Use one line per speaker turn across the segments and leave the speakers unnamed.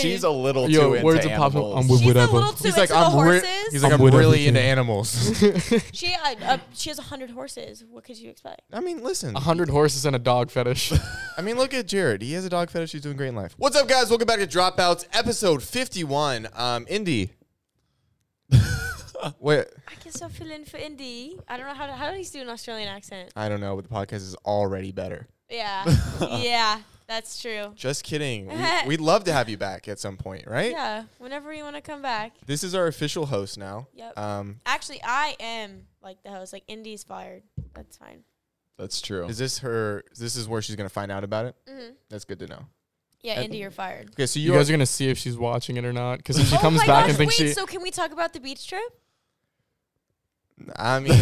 she's a little
Yo,
too into
words of pop-
animals.
I'm with-
She's a
whatever.
little too
He's
into
like,
the
I'm re-
horses.
he's like,
I'm
I'm,
with
really into
everything.
animals.
she uh, uh, she has hundred horses. What could you expect?
I mean, listen.
A hundred horses and a dog fetish.
I mean, look at Jared. He has a dog fetish. He's doing great in life. What's up, guys? Welcome back to Dropouts, episode 51. Um, Indy. Wait,
I can still fill in for Indy. I don't know how to, how do he's do an Australian accent.
I don't know, but the podcast is already better.
Yeah, yeah, that's true.
Just kidding. We, we'd love to have you back at some point, right?
Yeah, whenever you want to come back.
This is our official host now.
Yep.
Um,
Actually, I am like the host. Like Indy's fired. That's fine.
That's true.
is this her? This is where she's gonna find out about it.
Mhm.
That's good to know.
Yeah,
Uh,
Indy, you're fired.
Okay, so you,
you guys
are,
are gonna see if she's watching it or not. Because if she
oh
comes
my
back
gosh,
and thinks
wait,
she,
so can we talk about the beach trip?
I mean,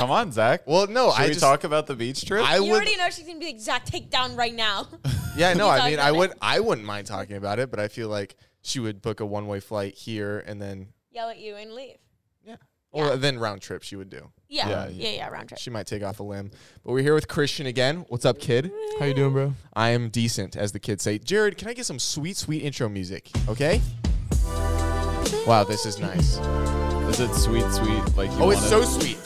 Come on, Zach.
well, no,
Should
I
we
just,
talk about the beach trip?
I
you
would.
already know she's gonna be like Zach, take down right now.
Yeah, no, I
talk
mean,
about
I
it.
would. I wouldn't mind talking about it, but I feel like she would book a one-way flight here and then,
Yell at you and leave.
yeah, or then round trip she would do.
Yeah, yeah,
Yeah, yeah.
yeah, round trip.
She might take off a limb. But we're here with Christian again. What's up, kid?
how you doing, bro?
I am decent, as the kids say. Jared, can I get some sweet, sweet intro music? Okay. Wow, this is nice.
Is it sweet, sweet? Like you
Oh, it's
wanted?
so sweet.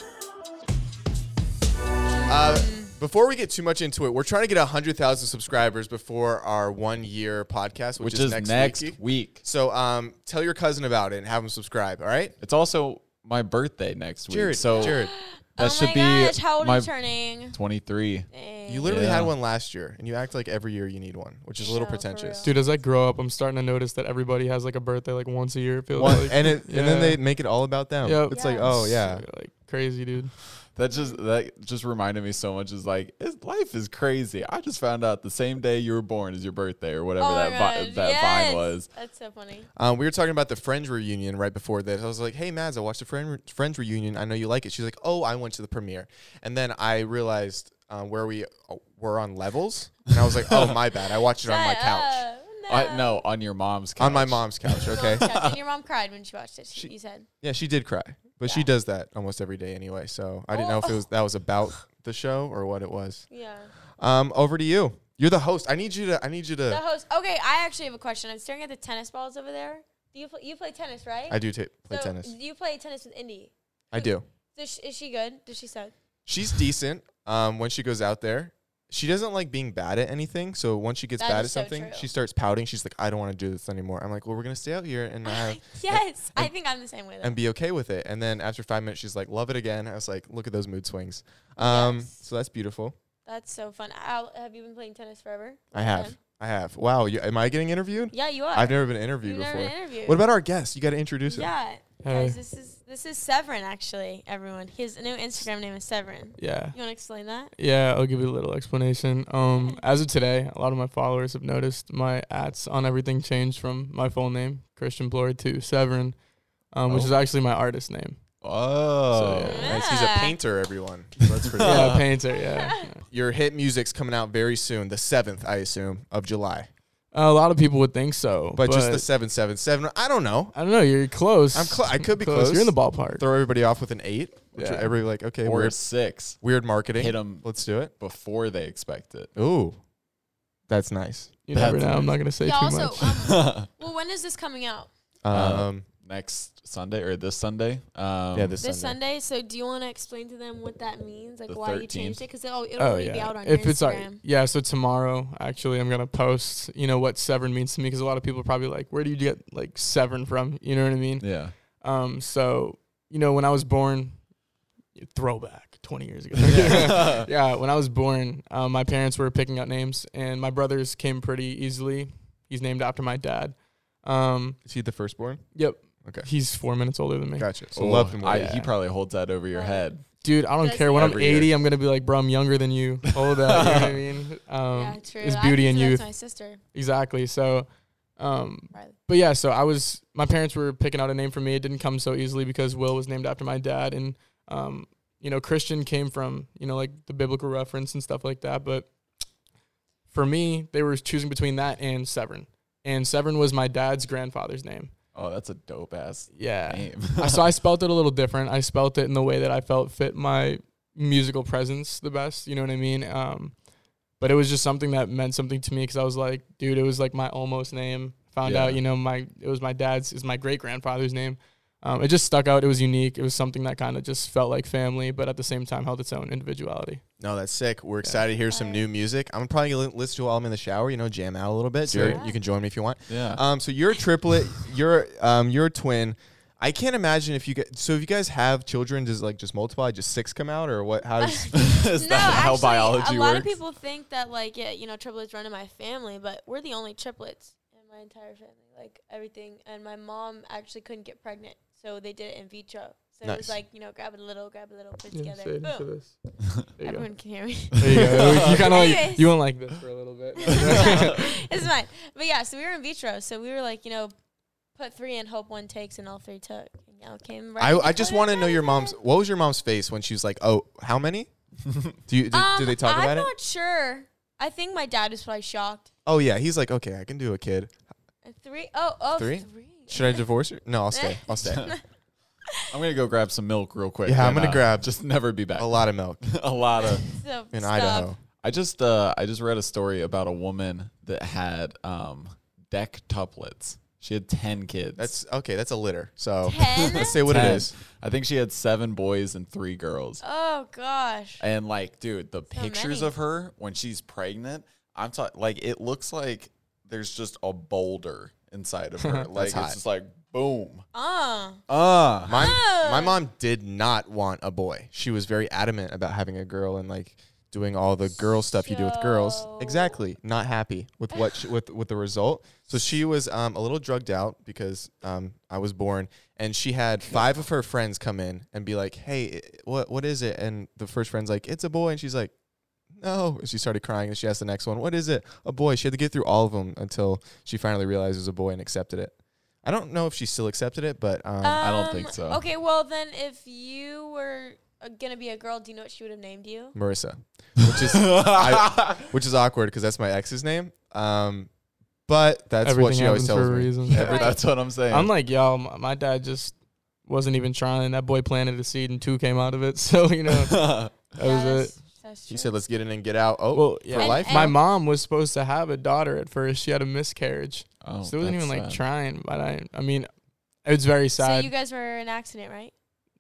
Uh, before we get too much into it, we're trying to get 100,000 subscribers before our one year podcast, which,
Which is next, week.
week. So um, tell your cousin about it and have him subscribe, all right?
It's also my birthday next week.
Jared,
so
Jared,
that
oh
should
my
be
gosh, how old
my
are you turning?
23.
you literally
Yeah.
had one last year, and you act like every year you need one, which is a little
No, for
pretentious.
real.
Dude, as I grow up, I'm starting to notice that everybody has like a birthday like once a year. It feels
One-
like,
and it, and then
yeah.
they make it all about them.
Yep.
It's like,
Yeah.
oh yeah,
like crazy, dude.
That just that just reminded me so much. Is like it's, life is crazy. I just found out the same day you were born is your birthday or whatever
Oh my
that vi-
gosh,
that
yes.
vine was.
That's so funny.
Um, we were talking about the Friends reunion right before this. I was like, "Hey, Maz, I watched the Friend, Friends reunion. I know you like it." She's like, "Oh, I went to the premiere," and then I realized uh, where we uh, were on levels, and I was like, "Oh, my bad. I watched it on my
Shut
couch,
up.
I, no, on your mom's couch.
on my mom's couch." Okay,
Couch. and uh, your mom cried when she watched it. She, you said.
yeah, she did cry, but she does that almost every day anyway. So I didn't know if it
Oh.
was that was about the show or what it was.
Yeah.
Um, over to you. You're the host. I need you to. I need you
The
to.
host. Okay, I actually have a question. I'm staring at the tennis balls over there. Do you pl- you play tennis, right?
I do ta- play
so
tennis.
Do you play tennis with Indy?
I do.
Is she, is she good? Does she suck?
She's decent um, when she goes out there. She doesn't like being bad at anything. So once she gets
That
bad at
is so
something,
true.
she starts pouting. She's like, I don't want to do this anymore. I'm like, well, we're going to stay out here and, have,
yes, I think I'm the same way. Though.
and be okay with it. And then after five minutes, she's like, love it again. I was like, look at those mood swings. Um,
Yes.
So that's beautiful.
That's so fun. Al, have you been playing tennis forever?
I have.
Yeah.
I have. Wow. You, am I getting interviewed?
Yeah, you are.
I've never been interviewed
You've never
before.
been interviewed.
What about our guest? You got to introduce him.
Yeah,
Hey.
guys, this is this is Severin actually. Everyone, his new Instagram name is Severin.
Yeah.
You want to explain that?
Yeah, I'll give you a little explanation. Um, as of today, a lot of my followers have noticed my ats on everything changed from my full name, Christian Plory, to Severin, um, which
Oh.
is actually my artist name.
Oh,
So, yeah.
Nice. He's a
Yeah.
painter, everyone. So that's pretty
Yeah,
cool.
painter, yeah.
Your hit music's coming out very soon, the 7th, I assume, of July.
a lot of people would think so,
But, just the 777. I don't know.
I don't know. You're close.
I'm clo- I could be close.
You're in the ballpark.
Throw everybody off with an eight. Which
Yeah.
everybody like, okay,
or
weird,
six
weird marketing.
Hit 'em.
Let's do it.
before they expect it.
Ooh, that's nice.
you never
That's
know. I'm not gonna say
yeah.
too
Also,
much.
um, well, when is this coming out?
Uh,
Um,
Next Sunday or this Sunday? Um,
yeah, this,
This
Sunday.
Sunday. So, do you want to explain to them what that means, like
The
why you
13th?
changed it? Because it'll, it'll
oh
already be
yeah.
out on
If
your
it's uh, our,
Instagram.
yeah, so tomorrow actually, I'm gonna post. You know what Severn means to me because a lot of people are probably like, where do you get like Severn from? You know what I mean?
Yeah.
Um, so you know, when I was born, throwback twenty years ago. yeah, when I was born, um, my parents were picking out names, and my brothers came pretty easily. He's named after my dad. Um,
Is he the firstborn?
yep.
Okay.
He's four minutes older than me.
Gotcha. So
Oh,
love him.
I,
yeah.
He probably holds that over your
Right.
head.
Dude, I don't
Does
care.
he?
When I'm
Every year.
80, I'm going to be like, bro, I'm younger than you. All of that. you know what I mean? Um,
yeah, true.
It's
I
beauty and
consider
youth.
That's my sister,
Exactly. So, um,
Riley.
but yeah, so I was, my parents were picking out a name for me. It didn't come so easily because Will was named after my dad. And, um, you know, Christian came from, you know, like the biblical reference and stuff like that. But for me, they were choosing between that and Severn. And Severn was my dad's grandfather's name.
Oh, that's a dope ass
Yeah.
name.
I- so I spelt it a little different. I spelt it in the way that I felt fit my musical presence the best. You know what I mean? Um, but it was just something that meant something to me because I was like, dude, it was like my almost name. I Found
Yeah.
out, you know, my it was my dad's is my great grandfather's name. Um, it just stuck out. It was unique. It was something that kind of just felt like family, but at the same time held its own individuality.
No, that's sick. We're excited to hear some new music. I'm probably gonna li- listen to it while I'm in the shower. You know, jam out a little bit.
Sure.
Jared, you can join me if you want.
Yeah.
Um, so you're a triplet. you're um, you're a twin. I can't imagine if you get so if you guys have children, does like just multiply, just six come out, or what? How does
Is
no,
that how
actually,
biology
a lot
works?
of people think that like yeah, you know, triplets run in my family, but we're the only triplets in my entire family, like everything. And my mom actually couldn't get pregnant, so they did it in vitro. So it
Nice.
was like you know, grab a little, grab a little, put
Yeah,
together,
say it into
boom.
this. There you go.
Everyone can hear me.
There you go. You kind of like
Anyways.
you went like this for a little bit.
it's fine. But yeah, so we were in vitro, so we were like you know, put three in, hope one takes, and all three took. And y'all came right.
I,
in
I just
between
want to know your
us.
mom's. What was your mom's face when she was like, "Oh, how many?" do you do, do
Um,
they talk
I'm
about it?
not sure. I think my dad was probably shocked.
Oh yeah, he's like, "Okay, I can do a kid."
Uh, Three? Oh, oh,
Three?
three.
Should I divorce her? No, I'll stay. I'll stay.
I'm gonna go grab some milk real quick.
Yeah, I'm
and,
gonna
uh,
grab-
Just never be back.
a lot of milk
a lot of.
So
in
stop.
Idaho.
I just uh I just read a story about a woman that had um dectuplets. She had ten kids.
That's okay. That's a litter. So
Ten?
let's say what it
Ten.
is.
I think she had seven boys and three girls.
Oh gosh.
And like, dude, the pictures
many.
of her when she's pregnant, I'm talking like it looks like there's just a boulder inside of her. like
hot.
it's just like boom.
Uh,
Ah.
My
Oh.
my mom did not want a boy. She was very adamant about having a girl and like doing all the girl stuff you do with girls.
So-
Exactly. Not happy with what she, with with the result. So she was um, a little drugged out because um, I was born, and she had five of her friends come in and be like, "Hey, i- what what is it?" And the first friend's like, "It's a boy," and she's like. No, and she started crying, and she asked the next one, "What is it?" A boy. She had to get through all of them until she finally realized it was a boy and accepted it. I don't know if she still accepted it, but um,
I don't think so.
Okay, well then, if you were uh, gonna be a girl, do you know what she would have named you?
Marissa, which is I, which is awkward because that's my ex's name. Um, but that's
Everything
what she always
happens for
tells
a
me.
reason.
Every- That's what I'm saying.
I'm like, yo, my, my dad just wasn't even trying. That boy planted a seed and two came out of it. So you know, that
Yeah,
was it.
that's- that's
She
true.
said, "Let's get in and get out." Oh,
Well, yeah.
for life.
And-
My mom was supposed to have a daughter at first. She had a miscarriage,
oh,
so it wasn't
that's
even like
sad.
trying. But I, I mean, it's very
So
sad.
you guys were in an accident, right?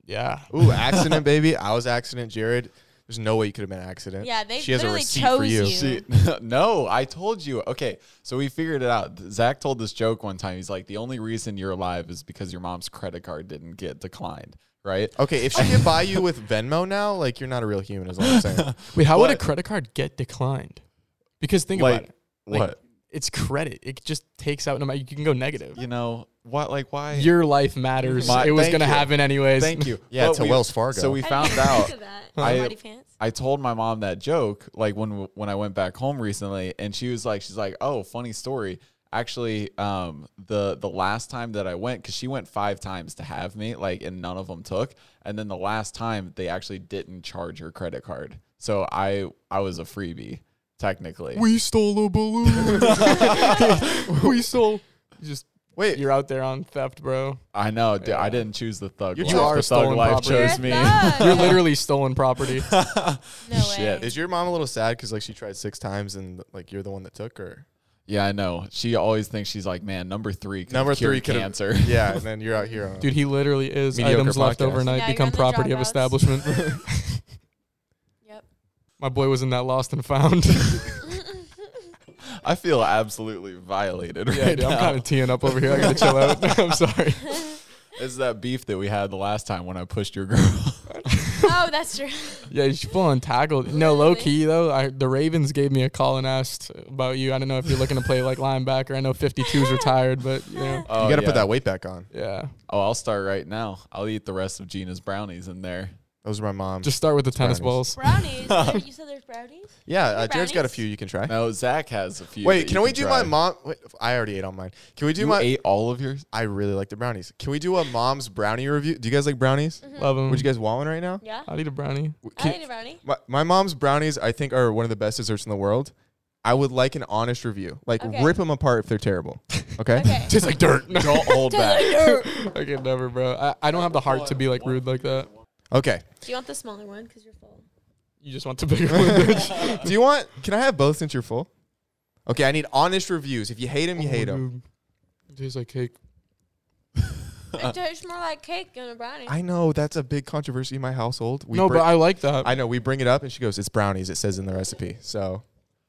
yeah.
Ooh, accident, baby! I was accident, Jared. There's no way you could have been an accident.
Yeah, they
She has a
literally
receipt
chose
for you.
She, no, I told you. Okay, so we figured it out. Zach told this joke one time. He's like, the only reason you're alive is because your mom's credit card didn't get declined, right?
Okay, if she can buy you with Venmo now, like you're not a real human, is what I'm saying.
Wait, how would a
But-
credit card get declined? Because think
Like,
about it.
what?
It's credit. It just takes out no matter. You can go negative.
You know what? Like why?
Your life matters.
My-
it was
thank
gonna
you.
happen anyways.
Thank you.
Yeah,
But
to
we-
Wells Fargo.
So we
I
found
didn't even
out.
think of that.
I-
Smarty pants.
I told my mom that joke like when when I went back home recently, and she was like, she's like, oh, funny story. Actually, um, the the last time that I went, because she went five times to have me, like, and none of them took. And then the last time, they actually didn't charge her credit card, so I I was a freebie technically.
We stole a balloon. we stole. Just
Wait,
you're out there on theft, bro.
I know, dude, I
Yeah.
didn't choose the thug.
You
life.
are
the thug
stolen
life
property. You're
chose
a
me.
thug.
You're literally stolen property.
No
Shit.
way.
is your mom a little sad because like she tried six times and like you're the one that took her?
yeah, I know. She always thinks she's like, man, number three. could've
Number
cured
three could've-
cancer.
Yeah, and then you're out here. On
Dude, he literally is
Mediocre
items left
podcast.
overnight
Now you're
become
on the
property of
dropouts.
establishment.
Yep.
My boy was in that lost and found.
I feel absolutely violated
yeah,
right
dude,
now.
I'm kind of teeing up over here. I gotta chill out. I'm sorry.
It's that beef that we had the last time when I pushed your girl.
Oh, that's true.
Yeah, you should full on tackled. No, low
Literally.
key though, I, the Ravens gave me a call and asked about you. I don't know if you're looking to play like linebacker. I know 52's retired, but you know,
Oh,
you got to
yeah.
put that weight back on.
yeah.
Oh, I'll start right now. I'll eat the rest of Gina's brownies in there.
Those are my mom's.
Just start with the tennis
brownies.
balls.
Brownies. There- you said there's brownies.
yeah, uh, Jared's got a
brownies?
few you can try.
No, Zach has a few.
Wait,
that
can
you
we do my
try.
mom? Wait, I already ate on mine. Can we do
You
my?
ate all of yours?
I really like the brownies. Can we do a mom's brownie review? Do you guys like brownies?
Love them.
Would you guys want one right now?
Yeah.
I'll eat a brownie.
Mm. I
Can-
ate a brownie.
my, my mom's brownies, I think, are one of the best desserts in the world. I would like an honest review. Like, rip 'em
Okay.
rip them apart if they're terrible. Okay.
Okay.
Tastes like dirt.
Don't hold back.
I can never, bro. I, I don't have the heart to be like rude like that.
Okay.
Do you want the smaller one? Because you're full.
You just want the bigger one, bitch.
do you want? Can I have both since you're full? Okay. I need honest reviews. If you hate them, you hate them.
It tastes like cake.
It tastes more like cake than a brownie.
I know that's a big controversy in my household. We
no,
bring-
but I like that.
I know we bring it up, and she goes, "It's brownies." It says in the recipe. So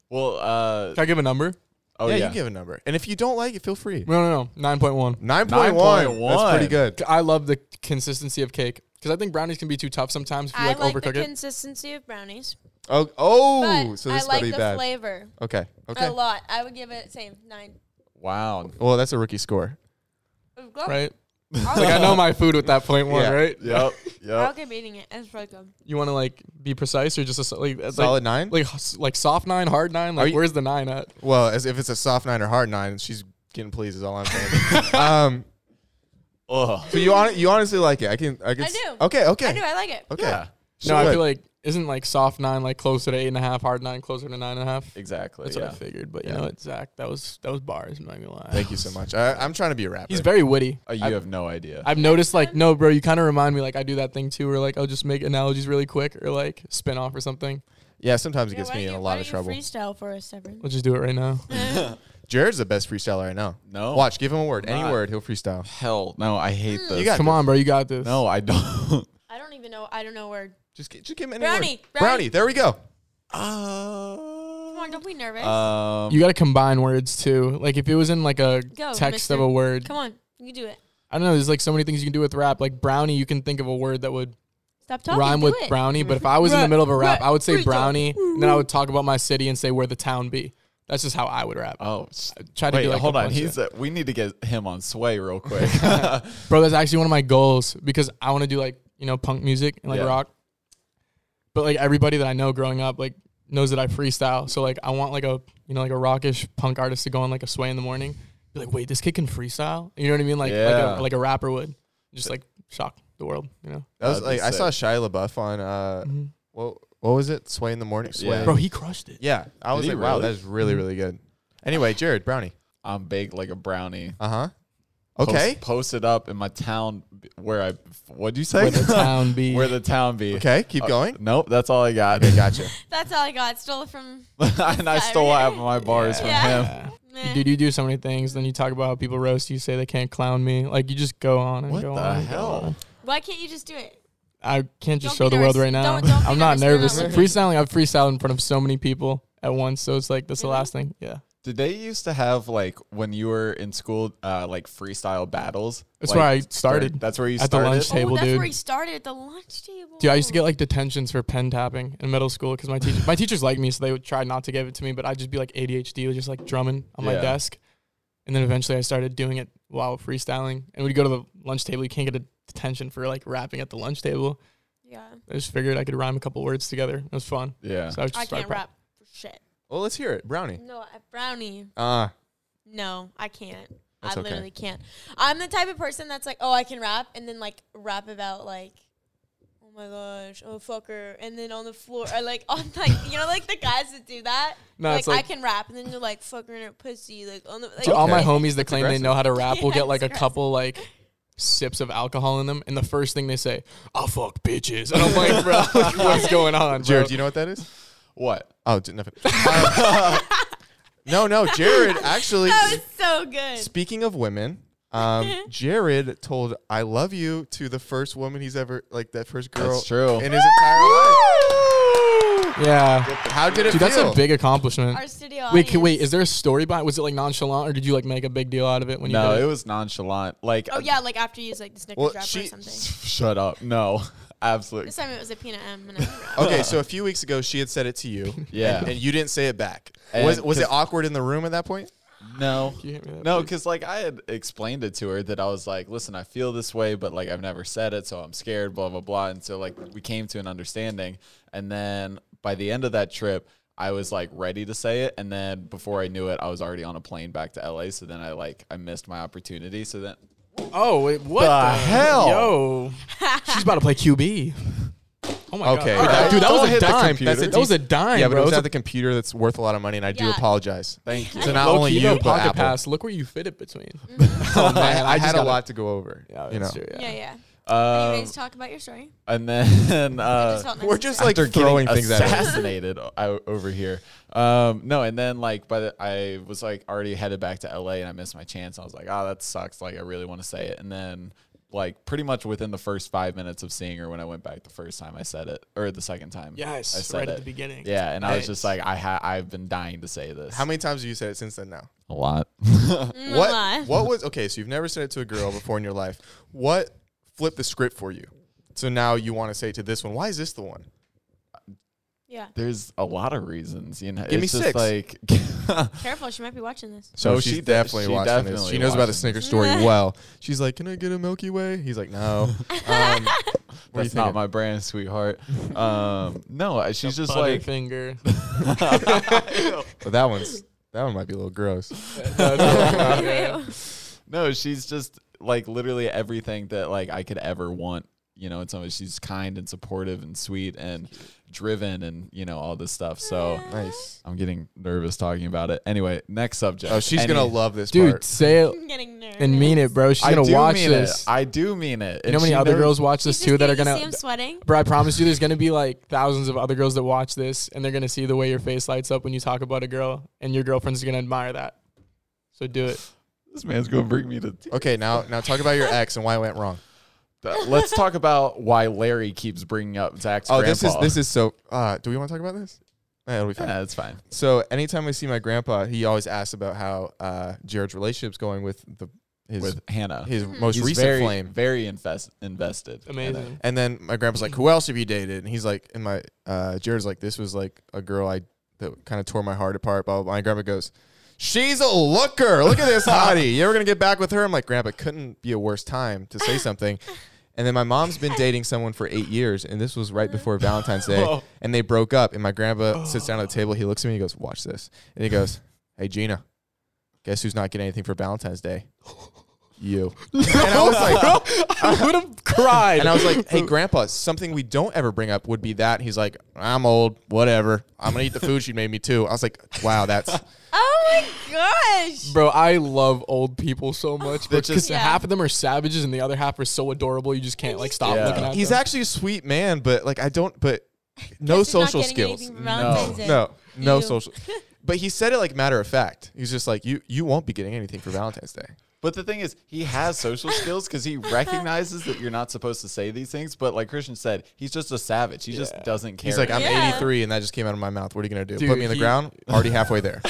Well, uh,
Can I give a number?
oh
yeah,
yeah,
you give a number, and if you don't like it, feel free.
No, no, no. Nine point one.
Nine point one. That's
9.1.
pretty good.
I love the consistency of cake because I think brownies can be too tough sometimes if you
I
like,
like
overcook
the
it.
consistency of brownies,
Oh, oh
but
so
I
this is
like
going
the
be bad.
flavor
Okay,
a
okay.
lot. I would give it same nine.
wow.
Well, that's a rookie score.
It's good.
right?
I'll,
Like I know my food with that point one,
Yeah.
right?
Yep,
I'll
yep.
keep eating it. It's really good.
You want to like be precise or just a, so- like it's
Solid nine.
like like s- like soft nine, hard nine?
Are
Like
you-
where's the nine at?
well, as if it's a soft nine or hard nine, she's getting pleased. Is all I'm saying. um,
Ugh.
so you hon- you honestly like it? I can. I, can
I
s-
do.
Okay. Okay.
I do. I like it.
Okay.
Yeah,
So
no, I
what?
feel like isn't like soft nine like closer to eight and a half, hard nine closer to nine and a half.
exactly.
That's
yeah.
what I figured. But you
Yeah.
know what, Zach, that was that was bars. I'm not gonna lie.
Thank you so much. I, I'm trying to be a rapper.
He's very witty.
Uh, you
I've-
have no idea.
I've noticed like no, bro. You kind of remind me like I do that thing too, where like I'll just make analogies really quick or like spin off or something.
yeah, sometimes it gets
why
me
don't
in a
you-
lot
why
of
don't
trouble.
you Freestyle for us, Severin.
Let's just do it right now.
Jared's the best freestyler I know.
no.
Watch, give him a word,
I'm
any
not.
word, he'll freestyle.
Hell, no. I hate this.
Mm. You got
Come
this.
on, bro. You got this.
no, I don't.
I don't even know. I don't know a word.
Just, gi- just give him any
Brownie,
word.
brownie.
There we go.
Uh,
Come
Uh,
on, don't be nervous.
Um,
You got to combine words too. Like if it was in like a
Go,
text
mister.
of a word,
Come on, you can do it.
I don't know. There's like so many things you can do with rap. Like brownie, you can think of a word that would
Stop talking.
rhyme
do
with
it.
brownie. But if I was in the
Rap,
middle of a rap,
rap,
I would say
freestyle.
brownie, and then I would talk about my city and say where the town be. That's just how I would rap.
oh, s-
I try to
wait,
do like a
hold on.
bunch of-
He's. Uh, we need to get him on sway real quick.
bro. That's actually one of my goals because I want to do like you know punk music and like
Yeah.
rock. But like everybody that I know growing up, like knows that I freestyle. So like I want like a you know like a rockish punk artist to go on like a sway in the morning. Be like, wait, this kid can freestyle. You know what I mean? Like like
Yeah.
a, like a rapper would. Just like shock the world. You know,
That was
That'd be
like I saw
sick.
Shia LaBeouf on uh, what what was it? Sway in the morning. Sway.
Yeah.
bro, he crushed it.
Yeah, I was
he
like, wow,
really?
that is really really good. Anyway, Jared Brownie.
I'm baked like a brownie.
Uh huh.
Post-
Okay.
Post, it up in my town b- where I. What'd you say?
Where the town be?
Where the town be.
Okay. Keep
Uh,
going.
Nope, that's all I got.
Okay, gotcha.
That's all I got. Stole it from.
and I stole half of my bars
Yeah.
from him.
Yeah.
Meh.
Dude, you do so many things. Then you talk about how people roast you, say they can't clown me. Like you just go on and
What
go
the
on. and go
hell?
on.
Why can't you just do it?
I can't just
Don't
show
be
the world
nervous.
right now.
Don't- don't be
I'm not
nervous.
nervous.
We're not
Freestyling, I've freestyled in front of so many people at once, so it's like that's the
Really?
last thing. Yeah,
Did they used to have like when you were in school, uh, like freestyle battles?
that's
Like,
where I started.
That's where you
At the
started.
lunch Table,
oh, that's
dude.
where he started at the lunch table.
Dude, I used to get like detentions for pen tapping in middle school because my teacher, my teachers liked me, so they would try not to give it to me. But I'd just be like ADHD, just like drumming on my
Yeah.
desk, and then eventually I started doing it while freestyling. And we'd go to the lunch table. You can't get a detention for like rapping at the lunch table.
Yeah,
I just figured I could rhyme a couple words together. It was fun.
Yeah.
So I, would just
I
start
can't
pra-
rap for shit.
Well, let's hear it, Brownie.
No, I- brownie.
Uh
No, I can't.
That's
I
okay.
literally can't. I'm the type of person that's like, oh, I can rap, and then like rap about like, oh my gosh, oh fucker, and then on the floor, or like on like you know like the guys that do that.
No,
like,
it's like- um,
I can rap, and then you're like fucker and a pussy, like on the like.
To all my
Okay.
homies that claim
aggressive.
they know how to rap will
Yeah,
get like
it's
a couple like sips of alcohol in them, and the first thing they say, "I'll fuck bitches," and I'm like, bro, like, what's going on, bro?
Jared, do you know what that is?
What?
Oh, d- nothing. Um, no, no, Jared. Actually,
that was so good.
Speaking of women, um, Jared told "I love you" to the first woman he's ever like that first girl.
That's true.
In his entire life.
Yeah,
How did it
dude, that's
feel?
a big accomplishment.
Our studio
Wait, can, wait,
audience.
is there a story behind? Was it like nonchalant, or did you like make a big deal out of it when you?
No,
did
it was nonchalant. Like,
Oh yeah, like after you use like the Snickers
Well,
wrapper or
she-
something.
shut up. No, absolutely.
This time it was a peanut M and a wrap.
okay, so a few weeks ago she had said it to you.
Yeah.
And, and you didn't say it back. was
And-
was it
'cause-
awkward in the room at that point?
No.
Can you hit me that,
No,
please?
because like I had explained it to her that I was like, listen, I feel this way, but like I've never said it, so I'm scared, blah, blah, blah. And so like we came to an understanding. And then by the end of that trip, I was like ready to say it. And then before I knew it, I was already on a plane back to LA. So then I like I missed my opportunity. So then
Oh, wait, what
The hell?
Yo, she's about to play QB. Oh my
Okay,
god,
that-
dude, that
Don't
was a
hit the
dime.
computer.
That's a- that was a dime,
yeah, but
bro.
it was
It's
at the computer that's worth a lot of money, and I do
Yeah.
apologize.
thank you.
So not
low-key,
only
though,
you, but
pocket
Apple.
pass. Look where you fit it between.
I,
I
I
just
had a
gotta-
lot to go over.
Yeah,
you know.
that's true,
Mm-hmm. Yeah, yeah.
Um,
Anyways, talk about your story.
and then
I
uh,
just felt nice
We're
to
just
talk.
like
after
throwing
getting
things at us.
assassinated o- out over here. Um, no, and then like, but I was like already headed back to LA and I missed my chance. I was like, oh, that sucks. Like, I really want to say it. And then like pretty much within the first five minutes of seeing her when I went back the first time I said it or the second time.
Yes,
I said
right
it.
at the beginning.
Yeah, and I was just
Nice.
like, I ha- I've been dying to say this.
How many times have you said it since then? Now,
A lot.
Mm,
what?
lie.
What was okay? So you've never said it to a girl before in your life. What flipped the script for you? So now you want to say it to this one. Why is this the one?
Yeah.
There's a lot of reasons, you know.
Give me
it's just
six.
like
Careful, she might be watching this.
So
No,
she's
she de-
definitely
she
watching this.
definitely
She knows about the
watching
Snickers
this.
story well. She's like, "Can I get a Milky Way?" He's like, "No." Um, what do you
that's not
think?
my brand, sweetheart. Um, no, I- she's
The
just like
Butterfinger.
But that one's that one might be a little gross.
Yeah.
no, she's just like literally everything that like I could ever want. You know, it's always she's kind and supportive and sweet and driven and you know all this stuff. So
Nice.
I'm getting nervous talking about it. Anyway, next subject.
Oh, she's
Any-
gonna love this
Dude,
part.
say it
I'm getting nervous.
and mean it, bro. She's
I
gonna
do
watch
mean
this.
It. I do mean it.
you know how many other girls watch
She's
this
just
too that are
getting to See
gonna.
him sweating.
Bro, I promise you, there's gonna be like thousands of other girls that watch this, and they're gonna see the way your face lights up when you talk about a girl, and your girlfriend's gonna admire that. So do it.
This man's gonna bring me to. tears.
Okay, now now talk about your ex and why it went wrong.
Uh, Let's talk about why Larry keeps bringing up Zach's.
Oh,
grandpa.
this is this is so. Uh, do we want to talk about this? Eh, it'll be fine.
Yeah, it's fine.
So anytime I see my grandpa, he always asks about how uh, Jared's relationship's going with uh, the his
With Hannah,
his most
He's
recent
very,
flame.
very invest, invested. in it.
Amazing.
And then my grandpa's like, "Who else have you dated?" And he's like, "And my uh, Jared's like, this was like a girl I that kind of tore my heart apart." Blah, blah, blah. My grandpa goes, "She's a looker. Look at this hottie. You ever gonna get back with her?" I'm like, "Grandpa, couldn't be a worse time to say something." And then my mom's been dating someone for eight years, and this was right before Valentine's Day, and they broke up. And my grandpa sits down at the table. He looks at me. He goes, "Watch this," and he goes, "Hey Gina, guess who's not getting anything for Valentine's Day? You." And I was like,
I would have cried.
and I was like, "Hey, Grandpa, something we don't ever bring up would be that." He's like, "I'm old, whatever. I'm gonna eat the food she made me too." I was like, "Wow, that's
Oh my gosh.
Bro, I love old people so much
They're just-
because
Yeah.
half of them are savages and the other half are so adorable you just can't like stop
Yeah.
looking at
he's
them.
actually a sweet man, but like I don't, but no
Guess he's not
social
getting
skills,
anything for Valentine's Day.
no, no
You.
social." But he said it like matter of fact. He's just like, "You, you won't be getting anything for Valentine's Day."
But the thing is, he has social skills because he recognizes that you're not supposed to say these things. But like Christian said, he's just a savage. He just
Yeah.
doesn't care.
He's like, "I'm
Yeah.
83, and that just came out of my mouth. What are you gonna do?
Dude,
Put me in the
he-
ground? Already halfway there."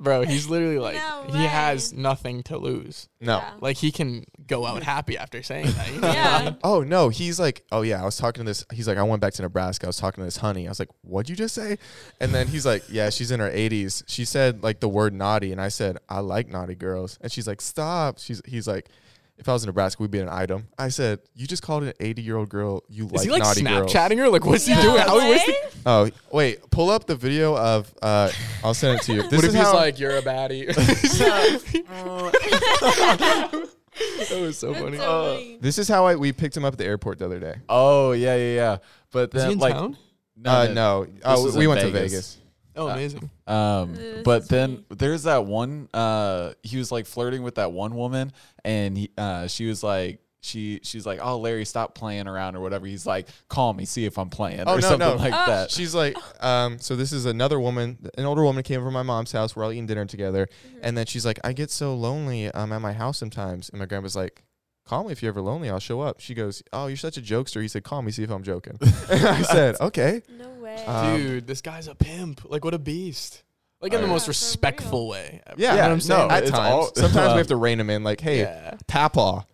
Bro, he's literally like
No
he has
way.
nothing to lose.
No.
Yeah.
Like he can go out happy after saying that. you know?
Yeah.
Oh no, he's like, oh yeah, I was talking to this. He's like, I went back to Nebraska. I was talking to this honey. I was like, what'd you just say? And then he's like, yeah, she's in her 80s. She said like the word naughty, and I said I like naughty girls. And she's like, stop. She's he's like, if I was in Nebraska, we'd be an item. I said, you just called an 80 year old girl. You
Is
like,
he like
naughty girls.
Snapchatting her? Like what's
No
he doing? How, where's the-
way.
Oh wait, pull up the video of. uh I'll send it to you. This
what if
is
he's
how-
like, you're a baddie? that was so
That's
funny.
so
Uh,
funny.
This is how I we picked him up at the airport the other day.
oh yeah, yeah, yeah. But then
is he in
like,
town?
no,
uh, no,
This
oh,
is
we
in
went to
Vegas.
Vegas.
Oh, amazing.
Um,
Uh, This
but
is
then
funny.
there's that one. Uh, he was like flirting with that one woman, and he, uh, she was like, she, she's like, oh Larry, stop playing around or whatever. He's like, call me, see if I'm playing
Oh, no,
or something
no.
like
Ah.
that.
She's like, um, so this is another woman, an older woman came over to my mom's house. We're all eating dinner together. And then she's like, I get so lonely. I'm at my house sometimes. And my grandma's like, call me if you're ever lonely. I'll show up. She goes, oh, you're such a jokester. He said, call me, see if I'm joking. and I said, okay.
No way.
Uh, um, Oh,
Dude, this guy's a pimp. Like what a beast. Like in the
Yeah,
most
for
respectful
real.
way. ever.
Yeah,
You know what I'm saying?
no,
At
it's
times,
all-
sometimes we have to rein him in. Like, hey,
Yeah.
Papa,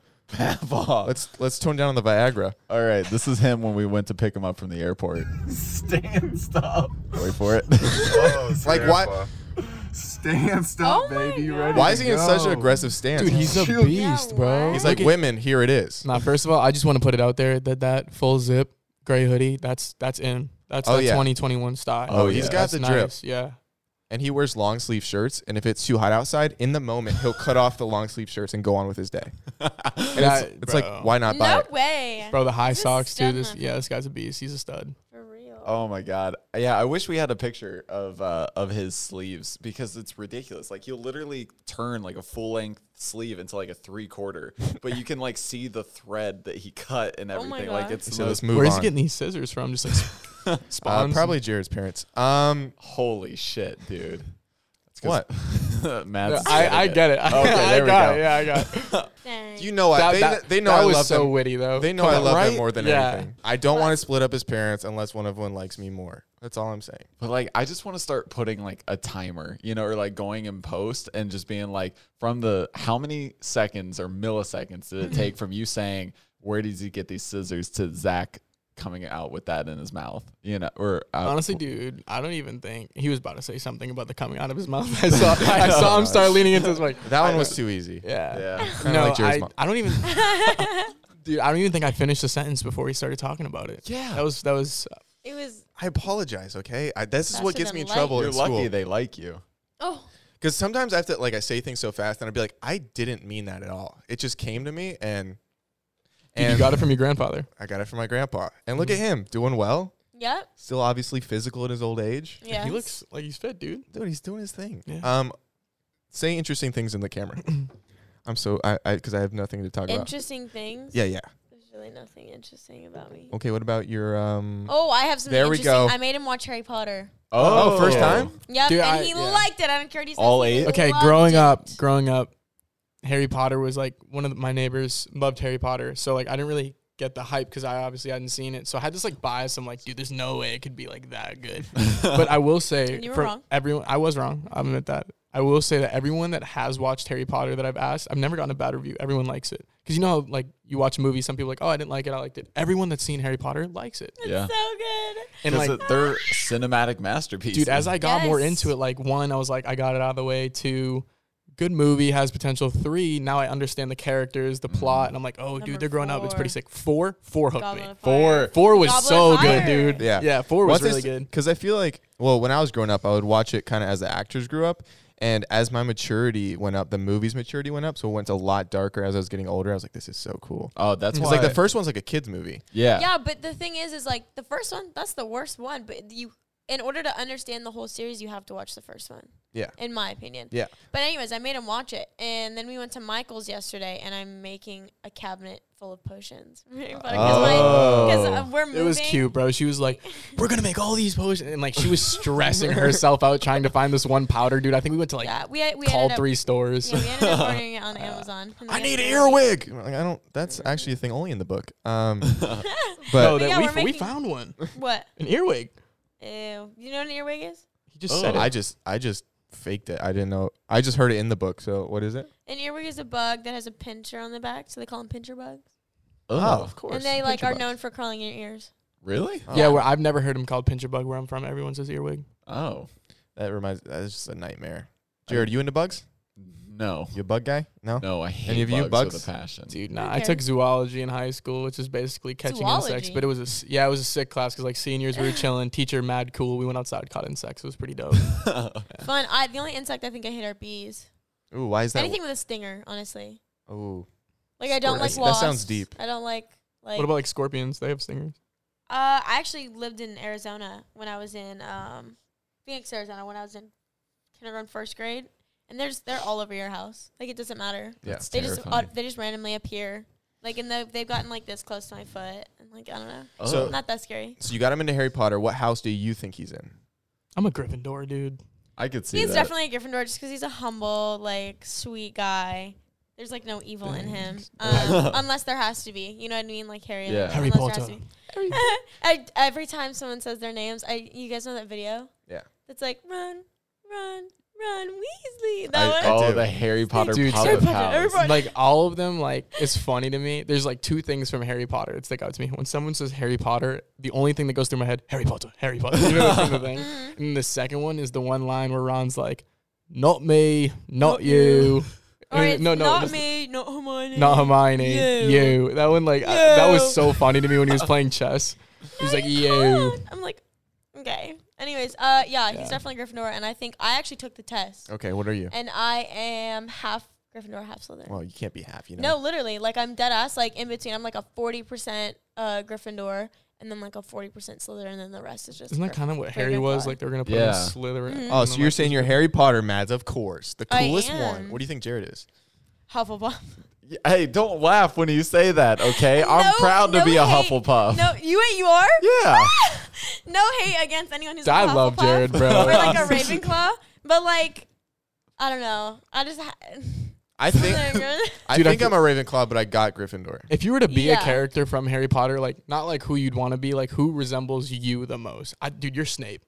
Ball.
let's let's tone down on the Viagra.
All right, this is him when we went to pick him up from the airport.
Stand stop.
Wait for it.
Like, why
Stand stop,
Oh my
baby.
God.
You ready
why
to
is he in
go.
such an aggressive stance?
Dude, he's a
Shoot.
beast,
Yeah,
bro.
wow.
He's
Look
like, women, here it is.
Nah, first of all, I just want to put it out there that that full zip gray hoodie, that's that's in. That's
Oh,
the
yeah.
2021 style.
Oh,
he's
yeah.
got
That's
the drip.
nice. Yeah.
and he wears long sleeve shirts. And if it's too hot outside, in the moment he'll cut off the long sleeve shirts and go on with his day. And
That-
it's, it's
bro.
like why not buy
No
it?
way.
Bro, the high
He's a
socks,
stud,
dude. This
my
yeah, this guy's a beast. He's a stud.
For real.
Oh my god. Yeah, I wish we had a picture of uh of his sleeves because it's ridiculous. Like you literally turn like a full length sleeve into like a three quarter, but you can like see the thread that he cut and
Oh my
everything. like
God.
it's
So
the
let's
most-
move
Where's
on.
he getting these scissors from? Just like
uh,
spawns.
probably Jared's parents. Um,
holy shit, dude. That's 'cause-
what?
Yeah,
Matt's
I,
said
I get it. I,
Okay,
I
there we
got
go.
it. Yeah, I got it.
Dang.
You know, I,
That,
Uh, they,
that-
they know
that
I
was
love
so
them.
witty though.
They know
Come
I
on,
love
right?
them more than
Yeah.
anything. I don't want to split up his parents unless one of them likes me more. That's all I'm saying.
But like, I just want to start putting like a timer, you know, or like going in post and just being like, from the how many seconds or milliseconds did it
Mm-hmm.
take from you saying, "Where did you get these scissors?" to Zach coming out with that in his mouth, you know, or uh,
Honestly, dude, I don't even think he was about to say something about the coming out of his mouth. I saw, I saw him start leaning into his mic.
That one was too easy.
Yeah.
yeah,
Kinda
No,
like Jared's
I,
mom.
I don't even, dude. I don't even think I finished the sentence before he started talking about it.
yeah.
That was that was.
it was.
I apologize. Okay, I, this is
Faster
what gets
than
me in
light.
trouble
You're
in
lucky
school.
they like you.
Oh,
Because sometimes I have to like I say things so fast, and I'd be like, I didn't mean that at all. It just came to me, and
Dude,
and
you got it from your grandfather.
I got it from my grandpa. And look at
Mm.
him doing well.
yep.
Still obviously physical in his old age.
Yeah.
He looks like he's fit, dude.
Dude, he's doing his thing.
Yeah.
Um, say interesting things in the camera. I'm so I I because I have nothing to talk about.
interesting things.
Yeah, yeah.
There's really nothing interesting about me.
Okay, what about your um?
Oh, I have some.
There we
interesting,
go.
I made him watch Harry Potter.
Oh, first time?
Yep,
Dude,
and
I-
he
yeah.
liked it. I don't care. What he says,
All
he
eight?
Okay,
loved
growing
it.
up, growing up, Harry Potter was like one of the- my neighbors loved Harry Potter, so like I didn't really get the hype because I obviously hadn't seen it. So I had this like bias. I'm like, dude, there's no way it could be like that good. but I will say,
And you were
from
wrong.
everyone, I was wrong. I admit that. I will say that everyone that has watched Harry Potter that I've asked, I've never gotten a bad review. Everyone likes it because you know, how, like you watch a movie, some people are like, oh, I didn't like it, I liked it. Everyone that's seen Harry Potter likes it,
Yeah,
so good.
and
because
like
they're cinematic masterpieces.
dude as i got more
Yes.
into it like one i was like i got it out of the way two good movie has potential three now i understand the characters the plot and i'm like oh
Number
dude they're growing up it's pretty
four.
sick four four hooked
Goblet
me
of
Four.
Fire.
four was
Goblet
so
of
good
Fire.
dude
Yeah.
yeah four was really good
Because I feel like, well, when I was growing up, I would watch it kind of as the actors grew up. And as my maturity went up, the movie's maturity went up. So it went a lot darker as I was getting older. I was like, this is so cool.
oh, that's why.
Because, like, the first one's like a kid's movie.
yeah,
Yeah, but the thing is, is like the first one. That's the worst one. But you, in order to understand the whole series, you have to watch the first one.
Yeah.
In my opinion.
Yeah.
But anyways, I made him watch it, and then we went to Michael's yesterday, and I'm making a cabinet full of potions. Because
Oh.
uh, we're moving.
it was cute bro she was like we're gonna make all these potions and like she was stressing herself out trying to find this one powder dude i think we went to like
Yeah, we had, we
call
ended up,
three stores
Yeah, we ended up ordering it on Amazon.
I need an earwig. I'm Like, I don't, that's actually a thing only in the book. Um, but
no, that
yeah,
we,
we're
we
making-
found one
What?
an earwig
Ew. You know what an earwig is?
he just
Oh,
said it
I just, I just faked it. I didn't know. I just heard it in the book. So what is it?
An earwig is a bug that has a pincher on the back, so they call them pincher bugs.
oh,
of
And they like
Pincher
are
bugs.
known for crawling in your ears.
really?
yeah well, i've never heard him called pincher bug where i'm from everyone says earwig
Oh,
That reminds, that's just a nightmare. Jared, you into bugs?
no,
You a bug guy? No?
no, I hate
of you
bugs
bugs?
with a passion.
Dude, nah. I
Okay.
took zoology in high school, which is basically catching insects.
Zoology?
But it was a s- yeah, it was a sick class because like seniors, we were chilling. Teacher, mad cool. We went outside, caught insects. It was pretty dope.
Fun. I the only insect I think I hate are bees.
Ooh, why is that?
Anything with a stinger, honestly.
Ooh.
Like I don't like
Scorpions.
wasps.
That sounds deep.
I don't like like.
what about like scorpions? They have stingers.
Uh, I actually lived in Arizona when I was in um, Phoenix, Arizona, when I was in kindergarten, first grade, and there's they're all over your house. Like it doesn't matter.
Yeah.
That's
They just
terrifying.
au- they just randomly appear. Like in the they've gotten like this close to my foot, and like I don't know,
Oh.
So-
not that scary.
So you got him into Harry Potter. What house do you think he's in?
I'm a Gryffindor, dude.
I could see
He's
that.
definitely a Gryffindor just because he's a humble, like sweet guy. There's like no evil in him, um, unless there has to be. You know what I mean? Like Harry. and-
Yeah.
Harry
unless there
Potter.
has to be. I, every time someone says their names, I you guys know that video?
Yeah.
That's like run, run, run, Weasley.
I-
That one.
oh,
do.
the Harry Potter
Dude,
puppet
Harry Potter,
house.
everybody- Right.
Like all of them, like it's funny to me. There's like two things from Harry Potter that stick out to me. When someone says Harry Potter, the only thing that goes through my head, Harry Potter, Harry Potter. You know, that's the thing.
Mm-hmm.
And the second one is the one line where Ron's like, "Not me, not,
Not
you."
you. Or
And-
it's not
just-
me, not Hermione.
Not Hermione. You.
You.
That one, like, I- that
You.
was so funny to me when he was playing chess. He was
No,
like,
you
yo.
can't. I'm like, okay. Anyways, uh, yeah, he's
Yeah.
definitely Gryffindor, and I think I actually took the test,
Okay, what are you?
and I am half Gryffindor, half Slytherin.
Well, you can't be half, you know.
No, literally, like I'm dead ass, like in between. I'm like a forty percent uh, Gryffindor, and and then like a forty percent Slytherin, and then the rest is just.
Isn't that
her.
kind of what Harry was?
Gryffindor.
Like they're gonna put
Yeah.
him in Slytherin.
Mhm.
and
Oh,
I'm
so you're
like,
saying you're Harry Potter, Mads? Of course, the
I
coolest one.
am.
What do you think Jared is?
Hufflepuff.
Y- Hey, don't laugh when you say that, okay? I'm
No-
proud to
no
be a
hate.
Hufflepuff.
No, you wait, you are.
Ah!
Yeah.
no hate against anyone who's.
I
a
love
Hufflepuff
Jared, bro.
Or like a Ravenclaw, but like, I don't know. I just. Ha-
I think I
Dude, I
think
feel-
I'm a Ravenclaw, but I got Gryffindor.
If you were to be a
Yeah.
character from Harry Potter, like not like who you'd want to be, like who resembles you the most? I, dude, you're Snape.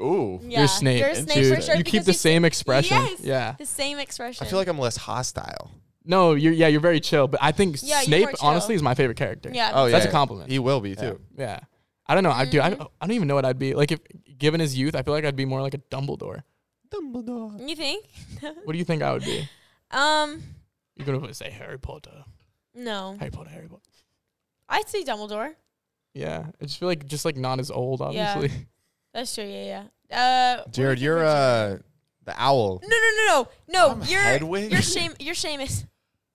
Ooh.
yeah,
you're Snape.
You're Snape
dude,
for sure.
you keep
because
the
he's-
same expression.
Yes,
Yeah.
The same expression.
I feel like I'm less hostile.
No, you're yeah, you're very chill, but I think
Yeah, you're
Snape
more chill.
honestly is my favorite character.
Yeah.
Oh yeah,
That's a compliment.
He will be
Yeah.
too.
Yeah. I don't know. I do. I,
Mm-hmm.
don't- I don't even know what I'd be like if given his youth. I feel like I'd be more like a Dumbledore.
Dumbledore.
You think?
What do you think I would be?
um.
You're gonna say Harry Potter,
No,
Harry Potter, Harry Potter.
I'd say Dumbledore.
Yeah, I just feel like just like not as old, obviously.
That's true. Yeah, yeah. Uh,
Jared, you're uh the owl.
no, no, no, no, no.
I'm
you're
Hedwig.
you're shame. You're Seamus.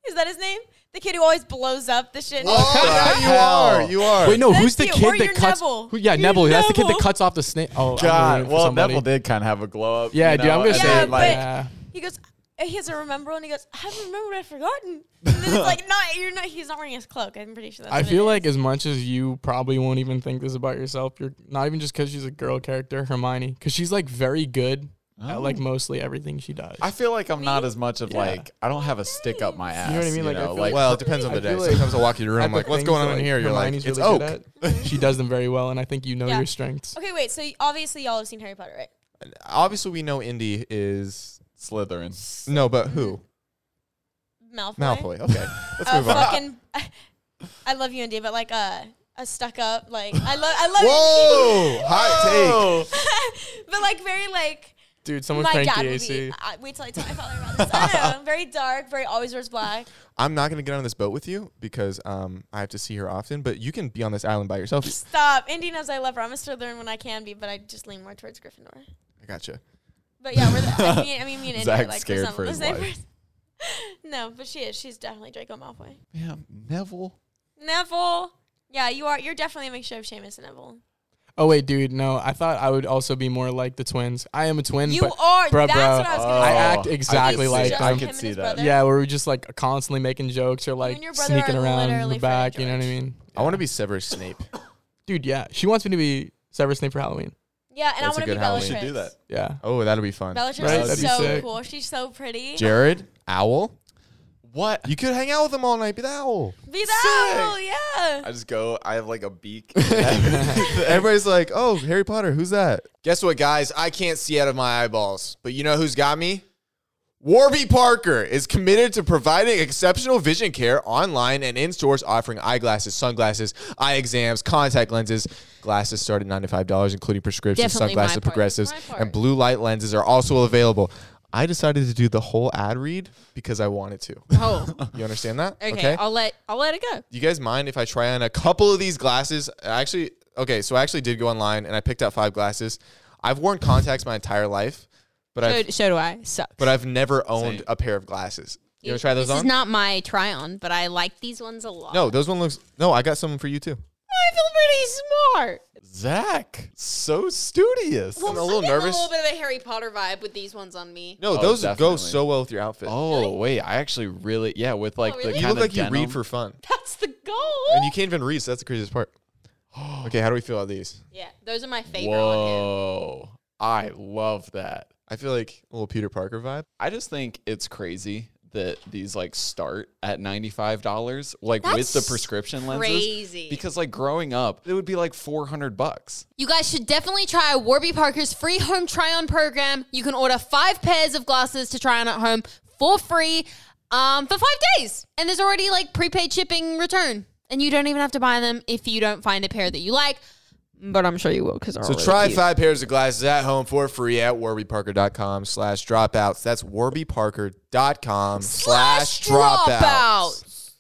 Is that his name? The kid who always blows up the shit.
What the
Oh, yeah,
hell?
you are. You are.
Wait, no,
That's
who's the
you,
kid
or
that
you're
cuts?
Neville.
Who, yeah,
You're
Neville. That's the kid that
Neville.
cuts off the snake. Oh I'm
God.
rooting for
Well,
somebody.
Neville did kind of have a glow up.
Yeah,
you
dude, I'm
know,
gonna
and
say
Yeah,
then,
like.
like,
Yeah.
He goes. uh, He has a rememberal, and he goes. I haven't remembered. I've forgotten. And then it's like, not you're not. He's not wearing his cloak. I'm pretty sure that's.
I
what it
feel
is.
like as much as you probably won't even think this about yourself, you're not even just because she's a girl character, Hermione, because she's like very good at like mostly everything she does.
I feel like I'm not as much of
Yeah.
like I don't have a stick up my ass.
know what I mean? Like, I feel like-
well, it depends on
I
the day.
feel like-
Sometimes I walk in your room, I'm
At the
like, what's
things
going
that,
on in here? You're like,
Hermione's
it's
really
oak.
good at. she does them very well, and I think you know
Yeah.
your strengths.
Okay, wait. So y- obviously y'all have seen Harry Potter, right?
Obviously, we know Indy is
Slytherin.
no, but who?
Malfoy.
Malfoy. Okay, let's
a
move on.
fucking. I love you, Andy, but like a a stuck up. Like I love. I love.
Whoa, hot
Oh,
but like very like.
Dude, someone
my
cranked
dad
the
would
AC.
be. uh, I, wait till I tell my father about this. I don't know. Very dark. Very always wears black.
take. I'm not gonna get on this boat with you because um I have to see her often, but you can be on this island by yourself.
Stop. Indy knows I love her. I'm a Slytherin when I can be, but I just lean more towards Gryffindor.
I gotcha.
But yeah, we're the, I mean, I mean, me and Indy are
Zach's
like
scared
resemble
for
the
his
same
life.
person. No, but she is. She's definitely Draco Malfoy.
man, Neville.
Neville. Yeah, you are. You're definitely a mixture of Seamus and Neville.
Oh wait, dude, no. I thought I would also be more like the twins. I am a twin.
You
but
are.
bruh,
That's
bruh,
what I was
Oh.
gonna
I
say.
act
I
exactly
could see
like
that.
Just
I
them.
him
could
and
see
his
that.
brother.
Yeah, where we're just like constantly making jokes or like
and your brother
sneaking
are
around the
literally
back. You
Fred
know
and
what I mean?
I want to be Severus Snape.
Dude, yeah. She wants me to be Severus Snape for Halloween.
Yeah, and I
That's a
want to
good
be
Halloween.
Bellatrix.
We should do that.
Yeah.
Oh, that'll be fun.
Bellatrix
Right?
is
That'd be
so
sick.
cool. She's so pretty.
Jared, Owl.
What?
You could hang out with him all night. Be the owl.
be
sick.
that owl, yeah.
I just go. I have like a beak.
Everybody's like, oh, Harry Potter, who's that? Guess what, guys? I can't see out of my eyeballs. But you know who's got me? Warby Parker is committed to providing exceptional vision care online and in stores, offering eyeglasses, sunglasses, eye exams, contact lenses. Glasses start at $95, including prescriptions,
Definitely my
sunglasses,
part.
progressives,
My part.
and blue light lenses are also available. I decided to do the whole ad read because I wanted to.
Oh,
You understand that?
okay. I'll let I'll let it go.
you guys mind if I try on a couple of these glasses? I Actually, okay, so I actually did go online and I picked out five glasses. I've worn contacts my entire life, but
So,
I've
so do I. Sucks.
but I've never owned
Same.
a pair of glasses. You wanna try those
this
on?
is not my try on, but I like these ones a lot.
no, those one looks. No, I got some for you too.
I feel pretty smart.
Zach, so studious.
I'm a little nervous.
A little bit of a Harry Potter vibe with these ones on me.
No,
Oh,
those go
definitely.
so well with your outfit.
oh wait, I actually really yeah with like
Oh, really?
the
You
you
kind
look
of
like you read for fun,
That's the goal.
and you can't even read. So that's the craziest part. okay, how do we feel about these?
yeah, those are my favorite on him.
Whoa, I love that.
I feel like a little Peter Parker vibe.
I just think it's crazy that these like start at ninety five dollars, like with the
That's
prescription lenses.
Crazy.
Because like growing up, it would be like four hundred bucks.
you guys should definitely try Warby Parker's free home try on program. You can order five pairs of glasses to try on at home for free um, for five days. And there's already like prepaid shipping return. And you don't even have to buy them if you don't find a pair that you like. But I'm sure you will because
So try five pairs of glasses at home for free at warbyparker.com slash dropouts. That's warbyparker.com slash dropouts.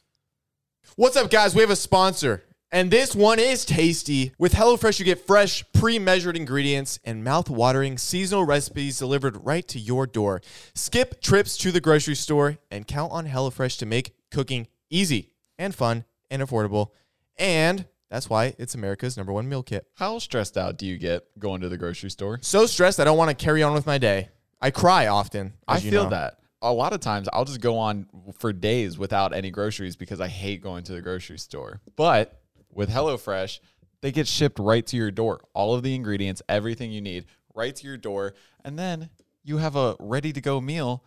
What's up, guys? We have a sponsor, and this one is tasty. With HelloFresh, you get fresh, pre measured ingredients and mouth watering seasonal recipes delivered right to your door. Skip trips to the grocery store and count on HelloFresh to make cooking easy and fun and affordable and That's why it's America's number one meal kit.
How stressed out do you get going to the grocery store?
So stressed, I don't want to carry on with my day. I cry often.
I
as you
feel
know.
that. A lot of times I'll just go on for days without any groceries because I hate going to the grocery store. But with HelloFresh, they get shipped right to your door. All of the ingredients, everything you need, right to your door. And then you have a ready to go meal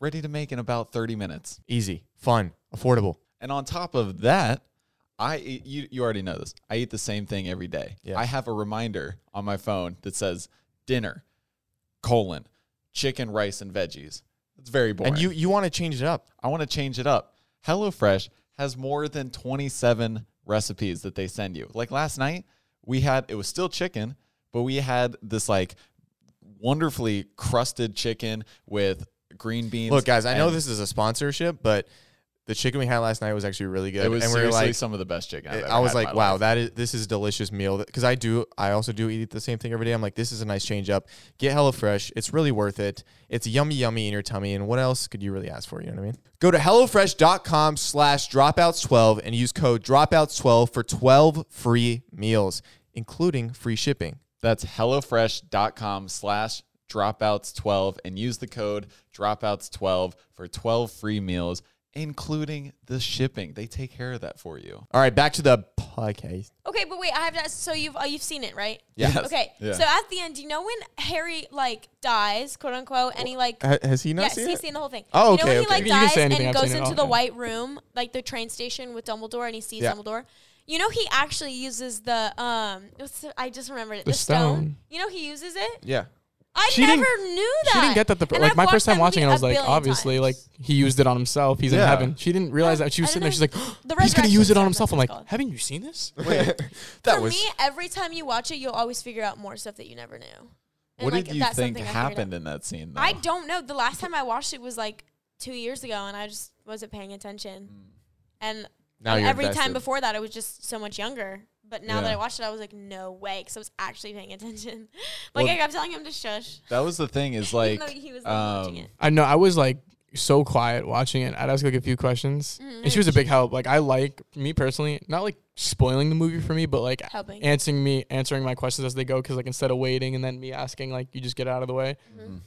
ready to make in about 30 minutes.
Easy, fun, affordable.
And on top of that, I eat, you you already know this. I eat the same thing every day.
Yes.
I have a reminder on my phone that says dinner colon chicken rice and veggies. It's very boring.
And you you want to change it up.
I want to change it up. HelloFresh has more than 27 recipes that they send you. Like last night, we had it was still chicken, but we had this like wonderfully crusted chicken with green beans.
Look, guys, I know
and
this is a sponsorship, but the chicken we had last night was actually really good.
It was
and we were
seriously
like,
some of the best chicken. I've
it-
ever
I was
had in
like,
my
wow,
life.
that is this is a delicious meal because I do I also do eat the same thing every day. I'm like, this is a nice change up. Get HelloFresh. It's really worth it. It's yummy yummy in your tummy. And what else could you really ask for? You know what I mean? Go to HelloFresh.com slash dropouts12 and use code dropouts12 for 12 free meals, including free shipping.
That's HelloFresh.com slash dropouts12 and use the code dropouts12 for 12 free meals, including the shipping. They take care of that for you.
All right, back to the podcast.
Okay, but wait, I have to ask. So you've uh, you've seen it, right?
Yes.
Okay.
Yeah.
So at the end, do you know when Harry like dies, quote unquote, and he like
Ha- Has he not
yes,
seen
he's
it?
seen the whole thing.
Oh,
You know
okay,
when
okay.
You
he
can
like
say
dies
anything,
and
I've
goes
seen it
into
all,
the
yeah.
White Room, like the train station with Dumbledore, and he sees
Yeah.
Dumbledore. You know he actually uses the um. What's the, I just remembered it.
The
The, stone.
stone.
You know he uses it.
yeah.
I
She
never
didn't-
knew that.
She didn't get that the
And
like
I've
my
watched
first time
that
watching it.
movie
I
a
was like,
billion
obviously,
times.
like he used it on himself. He's
Yeah.
in heaven. She didn't realize that. She was
I
sitting
don't
there. She's like,
know. The
he's gonna
resurrection
use it on
stone,
himself.
that's
I'm
what
like,
it's called.
haven't you seen this?
That
For
was
me, every time you watch it, you'll always figure out more stuff that you never knew. And,
What
like,
did you
that's
think
something I figured out.
happened in that scene? Though?
I don't know. The last time I watched it was like two years ago, and I just wasn't paying attention.
Mm.
And
Now
and
you're
every
invested.
time before that, I was just so much younger. But now that
Yeah.
I watched it, I was like, no way, because I was actually paying attention. like
Well,
I kept telling him to shush.
That was the thing. Is like
even though he was like, watching
um,
it.
I know I was like so quiet watching it. I'd ask like a few questions,
Mm-hmm.
and she was a big help. Like I like me personally, not like spoiling the movie for me, but like
Helping.
answering me, answering my questions as they go. Because like instead of waiting and then me asking, like you just get out of the way.
Mm-hmm.
Mm-hmm.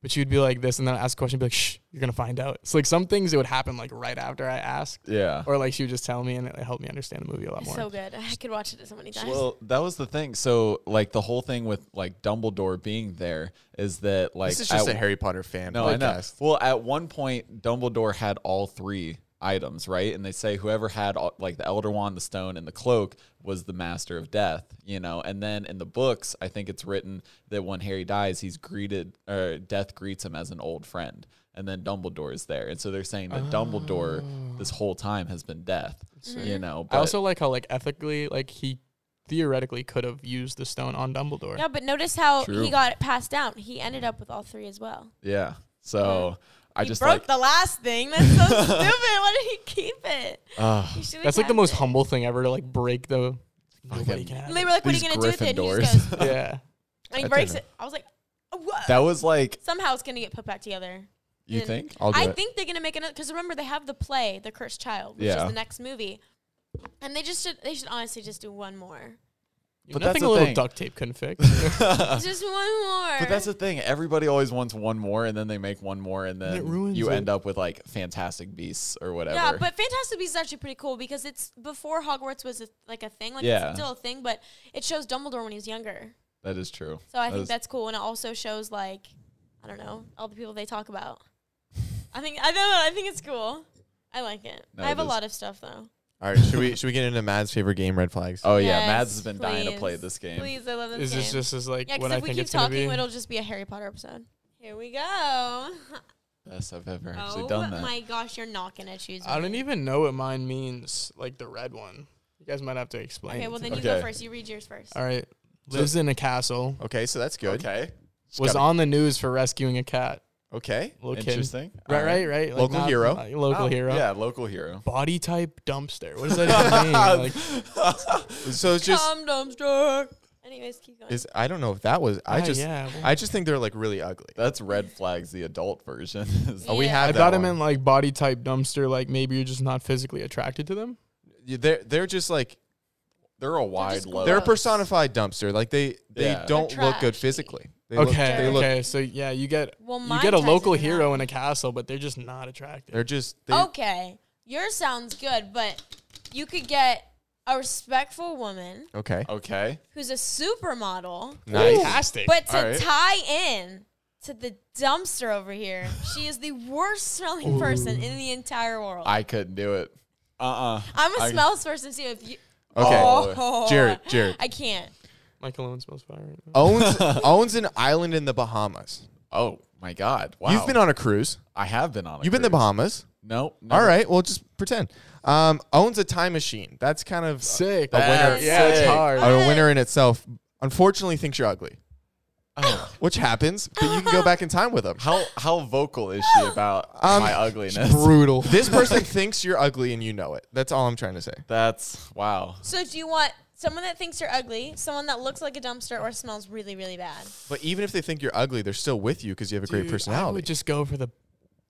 But she would be like this, and then ask a question, be like, "Shh, you're gonna find out." So like some things it would happen like right after I asked,
yeah.
or like she would just tell me, and it helped me understand the movie a lot more.
So good. I could watch it so many times.
Well, that was the thing. So like the whole thing with like Dumbledore being there is that like
this is just
at-
a Harry Potter fan.
no, I know.
podcast.
Well, at one point Dumbledore had all three items, right? And they say whoever had all, like the Elder Wand, the Stone, and the Cloak was the Master of Death, you know. And then in the books, I think it's written that when Harry dies, he's greeted or death greets him as an old friend. And then Dumbledore is there, and so they're saying that Dumbledore
Oh.
this whole time has been death, you know.
I also like how like ethically, like he theoretically could have used the stone on Dumbledore.
yeah, but notice how
True.
he got it passed down. He ended up with all three as well.
Yeah. So I
he
just
broke
like
the last thing. That's so stupid. Why did he keep it?
ah,
He should've
That's like the
kept
most
it.
humble thing ever to like break the. Nobody
Fucking-
can.
And
Have
they
it.
were like, "What are
these
you gonna do with it?" And he just goes,
Gryffindors.
Yeah.
and he
That
breaks
doesn't-
it. I was like, "What?"
that was like
somehow it's gonna get put back together.
you
Mm.
think?
I'll do
I
it.
think they're gonna make another because remember they have the play, The Cursed Child, which
Yeah.
is the next movie, and they just should they should honestly just do one more,
But
that's
nothing
the
a little
thing.
duct tape couldn't fix.
just one more.
But that's the thing. Everybody always wants one more, and then they make one more, and then
it ruins
you
it.
end up with like Fantastic Beasts or whatever.
yeah, but Fantastic Beasts is actually pretty cool because it's before Hogwarts was a, like a thing, like
Yeah.
it's still a thing, but it shows Dumbledore when he's younger.
that is true.
So I
That
think
is-
that's cool, and it also shows like I don't know all the people they talk about. I think I don't know. I think it's cool. I like it.
No,
I have
it
a
is.
lot of stuff though.
All right, should we should we get into Mad's favorite game, Red Flags?
Oh yeah,
Yes,
Mads has been dying to play
please.
this game.
Please, I love this
Is
game.
this just as like
yeah,
what
because
I
if we
think
keep
it's gonna
talking,
be?
it'll just be a Harry Potter episode. Here we go.
Best I've ever actually
Oh
done that.
my gosh, you're not gonna choose.
I
me.
don't even know what mine means. Like the red one. You guys might have to explain.
Okay,
it
well
to
then
me.
you go
Okay.
first. You read yours first.
All right. Lives in a castle.
Okay, so that's good.
Okay, Just
Was
gotta-
on the news for rescuing a cat.
Okay.
Little kid.
interesting.
Right,
All
right, right. Like,
Local hero.
not- local
Oh,
hero.
Yeah, local hero.
Body type dumpster. What does that even mean? Like,
So it's just
Come dumpster. Anyways, keep going.
is I don't know if that was I
ah,
just
yeah. well-
I just think they're like really ugly.
That's red flags. The adult version.
Oh, we
Yeah.
have
I
that
thought it
one.
meant like body type dumpster, like maybe you're just not physically attracted to them.
Yeah, They're they're just like
They're a wide
just
load.
They're a
gross.
personified dumpster. Like they they
Yeah.
don't
They're
look good
trashy.
physically. They look-
Okay.
they look.
okay. So yeah, you get
Well,
you
mine
get a
ties
local
into that.
hero in a castle, but they're just not attractive.
They're just. They,
Okay, yours sounds good, but you could get a respectful woman
okay.
okay.
who's a supermodel,
Nice.
Fantastic.
but to
Alright.
tie in to the dumpster over here, she is the worst smelling person in the entire world. I,
I couldn't do it. Uh uh
am a
I-
smells person too. If you,
Okay.
Oh.
Jared. Jared
I can't.
my cologne smells fire right now.
owns owns an island in the Bahamas.
Oh my God. Wow.
You've been on a cruise.
I have been on. A
You've been to the
cruise.
Bahamas.
Nope.
All
never.
right. Well, just pretend. Um, owns a time machine. That's kind of
Sick.
A winner.
That's
Yeah, it's
sick.
hard.
a winner in itself. Unfortunately, thinks you're ugly,
Oh.
which happens. But you can go back in time with them.
How how vocal is she about
Um,
my ugliness?
brutal.
This person thinks you're ugly, and you know it. That's all I'm trying to say.
That's wow.
So do you want someone that thinks you're ugly, someone that looks like a dumpster, or smells really, really bad?
But even if they think you're ugly, they're still with you because you have a great
I
personality.
would just go for the.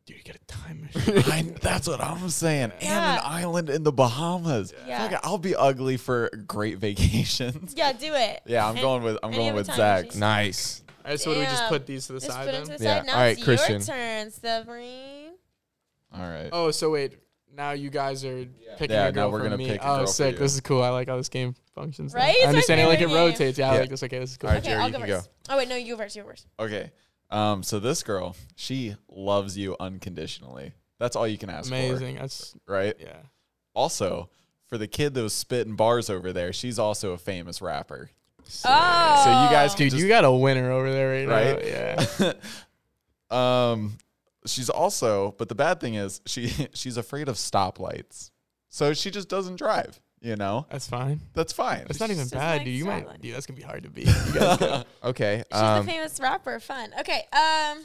Dude, you get a time machine.
I, that's what I'm saying.
Yeah.
And an island in the Bahamas.
Yeah.
Fuck it, I'll be ugly for great vacations.
Yeah, do it.
Yeah, I'm
And-
going with I'm
and you
going
have a
with
time
Zach.
machine.
nice.
All right, so do we just
Damn.
put these to the
Just
side
put
then?
it to the
Yeah.
side. Now
All right,
it's
Christian.
your turn, Severine.
All right.
Oh, so wait. Now you guys are picking
Yeah,
a girl
now we're
from
gonna
me.
pick a
oh,
girl for
sick.
you.
This is cool. I like how this game functions. now.
Right? It's
I
my
understand it, like it
favorite game.
rotates. Yeah,
Yeah.
I like this. Okay, this is cool.
All right,
Okay,
Jared,
I'll
you
go
can
first. Oh wait, no, you go first. You go first.
Okay. Um so this girl, she loves you unconditionally. That's all you can ask
Amazing. That's
for, right?
yeah.
Also, for the kid that was spitting bars over there, she's also a famous rapper.
Oh,
So you guys can
Dude, you got a winner over there right,
Right?
now. Yeah.
um she's also but the bad thing is she she's afraid of stoplights so she just doesn't drive you know
That's fine.
that's fine
That's not even
just
bad,
like
dude. You
Starlight.
might dude, that's gonna be hard to beat. You guys go.
Okay.
she's
um,
the famous rapper. Fun. Okay. Um,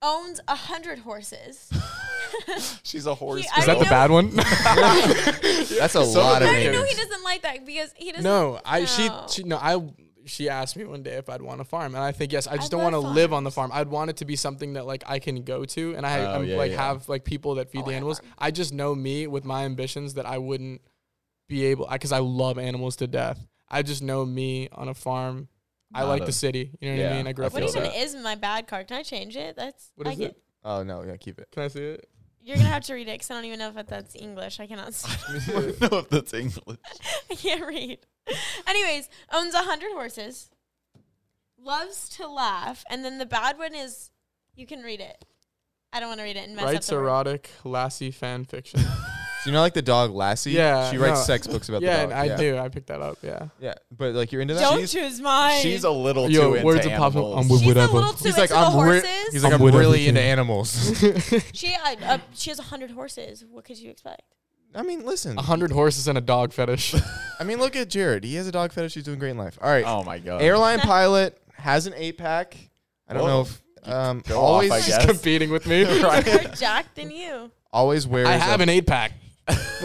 owns a hundred horses.
she's a horse
I
Is that the
know-
bad one?
that's a
Some
lot
of
of
them-
I
Maybe.
know he
names.
doesn't like that because he doesn't.
no, I she
No.
she no, I she asked me one day if I'd want a farm, and I think yes. I just
I
don't
love
want to live on the farm. I'd want it to be something that like I can go to, and I
Oh,
I'm,
yeah,
like
yeah.
have like people that
Oh,
feed the animals. I just know me with my ambitions that I wouldn't be able because I love animals to death. I just know me on a farm. I
Not
like
a-
the city. You know what
yeah,
I mean? I grew
I
up.
feel
What
in the
even
that.
city.
is my bad card? Can I change it? That's.
What
I
is
get-
it?
Oh no, yeah, keep it.
Can I see it?
You're gonna have to read it because I don't even know if that- that's English. I cannot. s-
don't know if that's english
I can't read. Anyways, owns a hundred horses. Loves to laugh, and then the bad one is. You can read it. I don't want to read it and mess up.
Writes
the word.
erotic lassie fan fiction.
So you know, like the dog Lassie.
Yeah,
She writes
no.
sex books about
yeah,
the dog.
and I
yeah.
do. I picked that up. Yeah.
Yeah, but like you're into that.
Don't
She's-
choose mine.
she's a little
Yo,
too into
words of pop-
animals.
I'm with-
She's a
whatever.
little too
He's
into
like,
the
I'm re-
horses.
he's like, I'm,
I'm with
really
everything.
into animals.
she uh, uh, she has hundred horses. What could you expect?
I mean, listen.
A hundred horses and a dog fetish.
I mean, look at Jared. He has a dog fetish. He's doing great in life. All right.
oh my god
Airline pilot has an eight pack. I don't
Whoa.
know if um,
Go off,
always
I
She's
guess.
competing with me.
More Jack than you.
always wears.
I have
a,
an eight pack.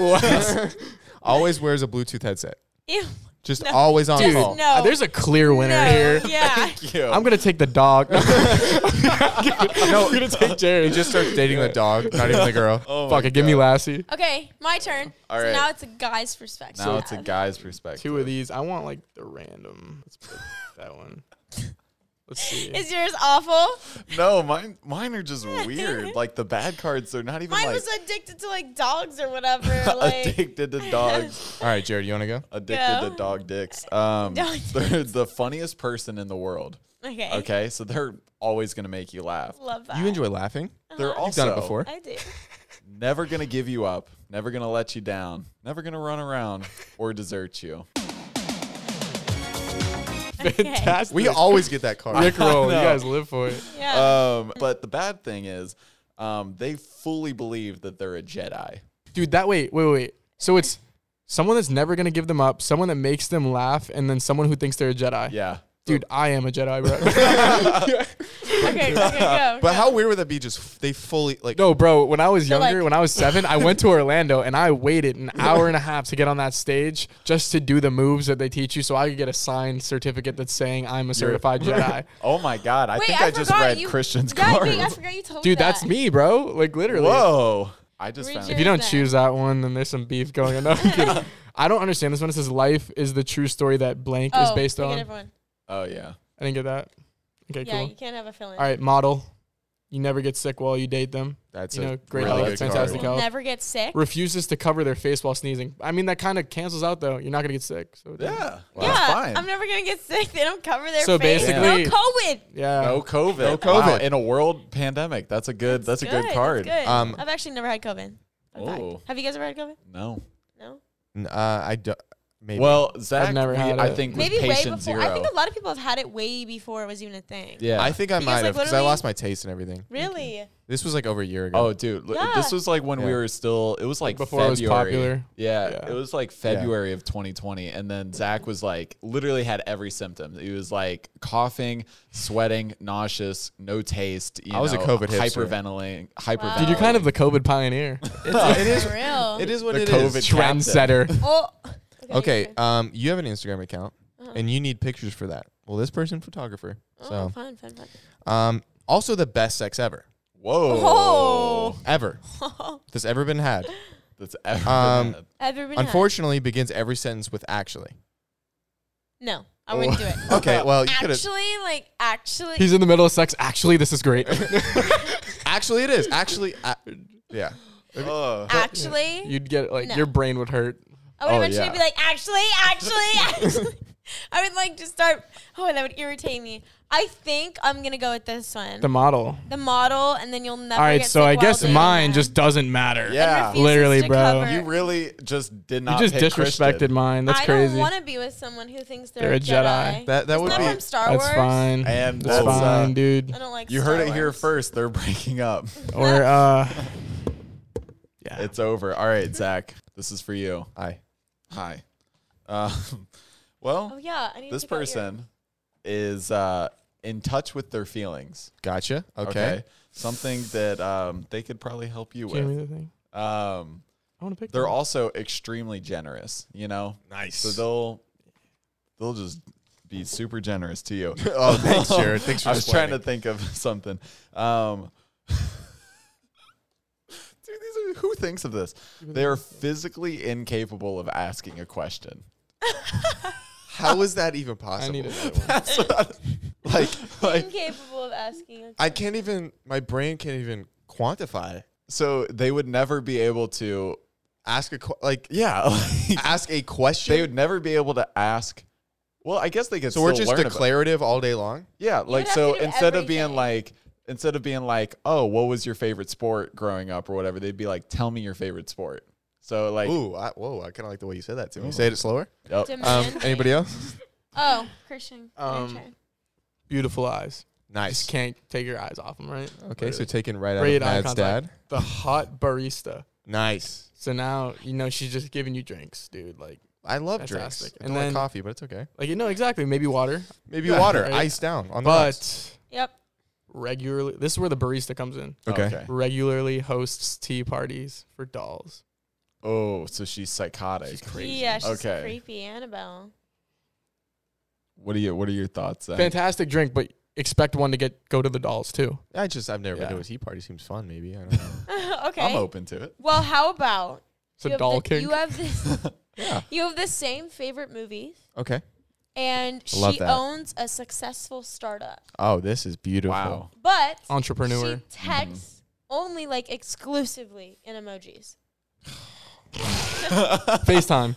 always wears a Bluetooth headset.
Ew.
Just
No.
always on
Dude,
call.
no. Oh.
Uh, There's a clear winner
No,
here.
Yeah.
you.
I'm gonna take the dog. no, I'm gonna take Jared.
He just starts dating the dog, not even the girl.
oh my
fuck it. Give me
God.
Lassie.
Okay, my turn.
All
so
right.
now it's a guy's perspective.
now it's a guy's perspective
Two of these. I want like the random. Let's pick that one. Let's see.
Is yours awful?
no mine mine are just weird like the bad cards they're not even
Mine
like
was addicted to like dogs or whatever. like
addicted to dogs
All right, Jared, you want to go?
addicted
Go.
to dog dicks um
Dog
they're the funniest person in the world
okay.
Okay, so they're always gonna make you laugh.
Love that.
You enjoy laughing?
They're
Uh-huh.
also
You've done it before.
I do.
never gonna give you up, never gonna let you down, never gonna run around or desert you.
Fantastic.
We always get that card.
Rick roll. You
No.
guys live for it.
Yeah.
Um, but the bad thing is, um, they fully believe that they're a Jedi.
dude. That wait, wait, wait. So it's someone that's never gonna give them up, someone that makes them laugh, and then someone who thinks they're a Jedi.
Yeah,
Dude, I am a Jedi, bro.
okay. Okay. Go.
But how weird would that be? Just f- they fully like.
no, bro. When I was
So, like-
younger, when I was seven, I went to Orlando and I waited an hour and a half to get on that stage just to do the moves that they teach you, so I could get a signed certificate that's saying I'm a certified Jedi.
Oh my God, I
Wait,
think
I,
I, just
forgot
read
you,
Christian's
yeah,
card.
Wait, I forgot you told
Dude,
that.
that's me, bro. Like literally.
Whoa, I just
Read
found
your-
If you don't
Then.
choose that one, then there's some beef going on. No, I'm kidding. I don't understand this one. It says life is the true story that blank is
oh,
based
pick a
on.
different one.
Oh yeah.
I didn't get that. Okay,
yeah,
cool.
you can't have a feeling.
All right, model. You never get sick while you date them.
That's
you
a
know, great
really
health,
good card.
fantastic health.
Never get sick.
Refuses to cover their face while sneezing. I mean, that kind of cancels out though. You're not gonna get sick. So it doesn't-
Yeah.
yeah,
That's fine.
I'm never gonna get sick. They don't cover their
So
face.
basically-
no COVID.
yeah.
no COVID.
No
Wow,
COVID.
in a world pandemic, that's a good. That's, a good, card.
That's good.
Um,
I've actually never had COVID. Fun fact.
Ooh.
Have you guys ever had COVID?
No.
No.
N- Uh, I do, maybe.
Well, Zach,
never
we-
had
I
it.
think was
Maybe way
patient
before.
zero.
I think a lot of people have had it way before it was even a thing.
yeah.
I think I
Because,
might
like,
have because I
literally-
lost my taste and everything.
Really?
This was like over a year ago.
Oh, dude, l-
Yeah.
this was like when we
Yeah.
were still. It was like
before it was
February.
popular.
Yeah,
Yeah.
it was like February of 2020, and then Zach was like literally had every symptom. He was like coughing, sweating, nauseous, no taste. You
I was a
know,
COVID hipster.
hyperventilating. Hyperventilating.
Dude, you're kind of the COVID pioneer,
it is.
For real.
It is what
Oh. The
it
COVID
is.
trendsetter.
Oh.
Okay.
sure.
Um, you have an Instagram account,
Uh-huh.
and you need pictures for that. Well, this person photographer.
oh,
So,
fun, fun, fun.
um, also the best sex ever,
Whoa.
Oh.
ever that's ever been had.
That's ever.
Um,
had.
Have you ever been had?
Unfortunately, begins every sentence with actually.
No, I wouldn't do it.
Oh,
Okay. Well, you could have.
Actually, like actually,
He's in the middle of sex. Actually, this is great.
Actually, it is. Actually, a- yeah.
actually,
You'd get like
No.
your brain would hurt.
I would
Oh,
eventually
yeah.
be like, actually, actually, actually. I would like just start. Oh, that would irritate me. I think I'm gonna go with this one.
The
The,
model.
model, and then you'll never.
All right,
get sick
so I
while
guess
doing
mine
that.
just doesn't matter.
And
Yeah.
refuses
Literally,
to
bro.
cover-
you really just did
You
not.
just
pick
disrespected
Christian.
mine. That's
I
crazy.
don't want to be with someone who thinks they're,
They're a
a Jedi.
Jedi.
That that
Isn't
would
that
be.
from Star
That's
Wars?
fine.
And
that's
that's, uh,
fine, dude.
I don't like.
You
Star
heard it here
Wars.
first. They're breaking up.
Or uh, yeah.
It's over. All right, Zach. This is for you.
I.
Hi. Um, well,
Oh yeah, I need
this
to pick out your-
person is uh, in touch with their feelings.
Gotcha. Okay.
Okay. Something that um, they could probably help you
Give me
with.
the thing.
Um,
I want to pick.
they're
that.
also extremely generous, you know?
Nice.
So they'll they'll just be super generous to you.
oh, thanks, Jared. Thanks for
I was trying to think of something. Um, dude, these are, who thinks of this? They are physically incapable of asking a question.
How is that even
I
possible?
need another one.
That's what I- like like
Incapable of asking. a
I can't even. My brain can't even quantify. it.
so they would never be able to
Ask a qu- like.
yeah like,
Ask a question.
they would never be able to ask well i guess they could
so we're
still
just
learn about-
declarative all day long.
yeah like
have
so
to do
instead of being
everything.
like instead of being like oh what was your favorite sport growing up or whatever they'd be like tell me your favorite sport so like
Ooh. I, whoa. I kind of like the way you said that to me. Say it slower.
yep.
Um.
demand.
Anybody else?
Oh, Christian. your
Um,
turn.
Beautiful eyes. Just
Nice.
can't take your eyes off them, right?
Okay. So taken right out
Great
of
eye
Mad's
contact.
dad.
The hot barista.
Nice.
So now you know she's just giving you drinks, dude. Like,
I love
Fantastic.
drinks. I
And
don't like
then-
coffee, but it's okay.
like you know exactly. Maybe water,
Maybe
Yeah,
water,
right.
ice down on the rocks.
but
Yep.
regularly. This is where the barista comes in.
okay.
Regularly hosts tea parties for dolls.
oh so she's psychotic
She's crazy.
Yeah, she's
Okay.
creepy Annabelle.
what are you what are your thoughts Zach?
Fantastic drink, but expect one to get go to the dolls too.
I just I've never been
Yeah.
to a tea party. Seems fun. Maybe I don't know.
okay.
i'm open to it
Well, how about
It's a
you have
doll
the,
kink.
You have this.
Yeah.
You have the same favorite movies,
okay.
and
Love
she
that.
owns a successful startup,
Oh, this is beautiful.
wow
but
Entrepreneur.
she texts only like exclusively in emojis.
FaceTime.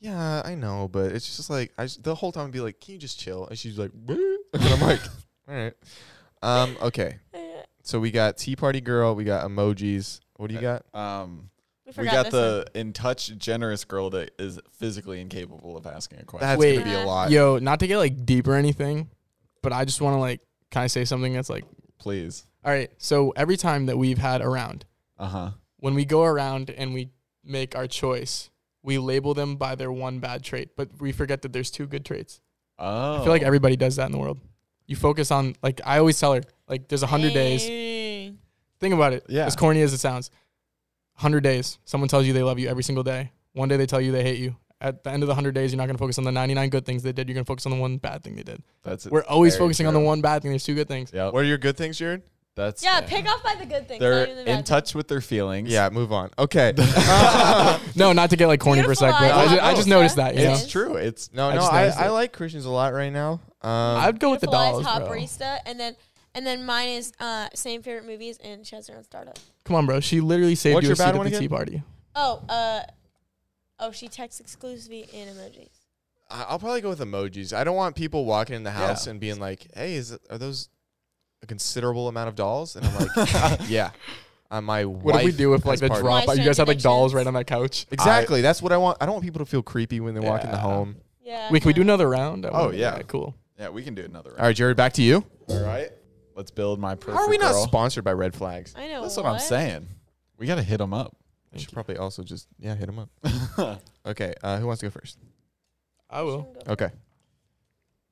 Yeah, I know, but it's just like I s- the whole time I'd be like, "Can you just chill?" And she's like, "Bleh." and "I'm like, all right." Um. Okay.
Uh,
So we got tea party girl. We got emojis. What
Uh,
do you got?
um
We,
we
forgot
got
this
the in touch generous girl that is physically incapable of asking a question
That's
Wait.
gonna be a lot.
Yo, not to get like deep or anything, but I just want to like, can I say something that's like,
please
all right. So every time that we've had around,
uh-huh
when we go around and we make our choice, we label them by their one bad trait, but we forget that there's two good traits.
oh
I feel like everybody does that in the world. You focus on like I always tell her like there's a
one.
hundred days.
Dang.
Think about it.
Yeah.
As corny as it sounds, hundred days. Someone tells you they love you every single day. One day they tell you they hate you. At the end of the hundred days, you're not gonna focus on the 99 good things they did. You're gonna focus on the one bad thing they did.
that's
We're always
very
focusing on the
true.
one bad thing. There's two good things.
Yep.
What are your good things, Jared?
That's
Yeah, pick off by the good things.
They're
not even the bad
in
things.
touch with their feelings.
Yeah, move on. Okay.
No, not to get like corny for a
Beautiful
sec, but I
eyes,
just, I just noticed that.
Hofbräu.
You know?
it's true. It's
no,
I
no,
just
I,
noticed
I
it.
like Christians a lot right now. Um,
I'd go with the
Beautiful
dolls,
Eyes, Hot
bro.
Barista, and then and then mine is uh, same favorite movies, and she has her own startup.
Come on, bro. She literally saved
What's
you
your
a seat
bad
at the
one again?
tea party.
Oh, uh, oh, she texts exclusively in emojis.
I- I'll probably go with emojis. I don't want people walking in the house and being like, "Hey, is it, are those a considerable amount of dolls?" And I'm like, "Yeah." Uh, my
What did we do with like
has
the
part-
drop?
My
You guys had like dolls
Strange
right on that couch.
Exactly. that's what I want. I don't want people to feel creepy when they walk in the
Yeah.
home.
Yeah.
Wait, can we do
no?
another round? I
Oh,
wanna-
yeah.
cool.
yeah. We can do another
All
round.
right, Jared, back to you.
All right. Let's build my perfect
How are we not
girl.
sponsored by Red Flags?
I know.
That's what, I'm saying. We gotta hit them up.
We should probably also just yeah hit them up. okay, uh, who wants to go first?
I will.
Okay,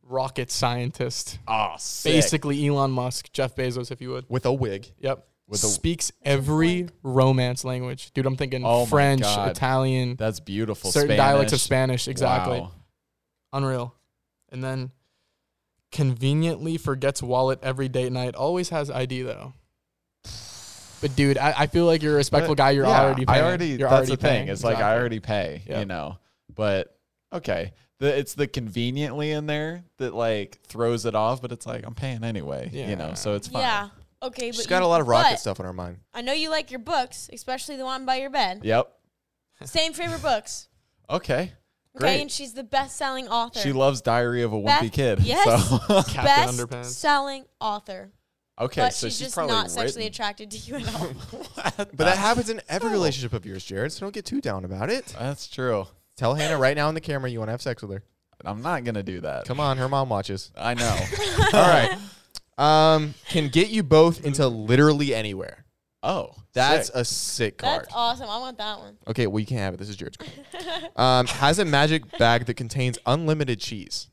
Rocket scientist,
Ah,
basically Elon Musk, Jeff Bezos, if you would.
with a wig.
Yep.
With a-
Speaks every romance language, dude. I'm thinking
Oh my
French,
God.
Italian,
That's beautiful.
certain
Spanish.
dialects of Spanish. Exactly.
Wow.
Unreal. And then conveniently forgets wallet every date night. Always has ID though. But dude, I, I feel like you're a respectful guy. You're
Yeah,
already paying.
I already.
you're
that's
already
the thing.
paying.
It's like I
Exactly.
already pay.
Yeah.
You know, but okay. The, it's the conveniently in there that like throws it off, but it's like I'm paying anyway. You know,
Yeah.
so it's fine.
Yeah. Okay, but
She's got
you-
a lot of rocket
but
stuff on her mind.
I know you like your books, especially the one by your bed.
Yep.
Same favorite books.
Okay.
Okay,
Great.
and she's the best-selling author.
She loves Diary of a Wimpy
Beth-
Kid.
yes.
So.
Captain Underpants.
best-selling author.
okay.
but
so
she's,
she's,
just
probably
not sexually
written-
attracted to you at all.
But that happens in every relationship of yours, Jared. So don't get too down about it.
That's true.
Tell Hannah right now on the camera you want to have sex with her.
I'm not gonna do that.
Come on, her mom watches.
I know.
All right. Um, can get you both into literally anywhere.
Oh,
That's
sick.
a sick card.
That's awesome. I want that one.
okay, well you can't have it. This is Jared's card. Um, has a magic bag that contains unlimited cheese.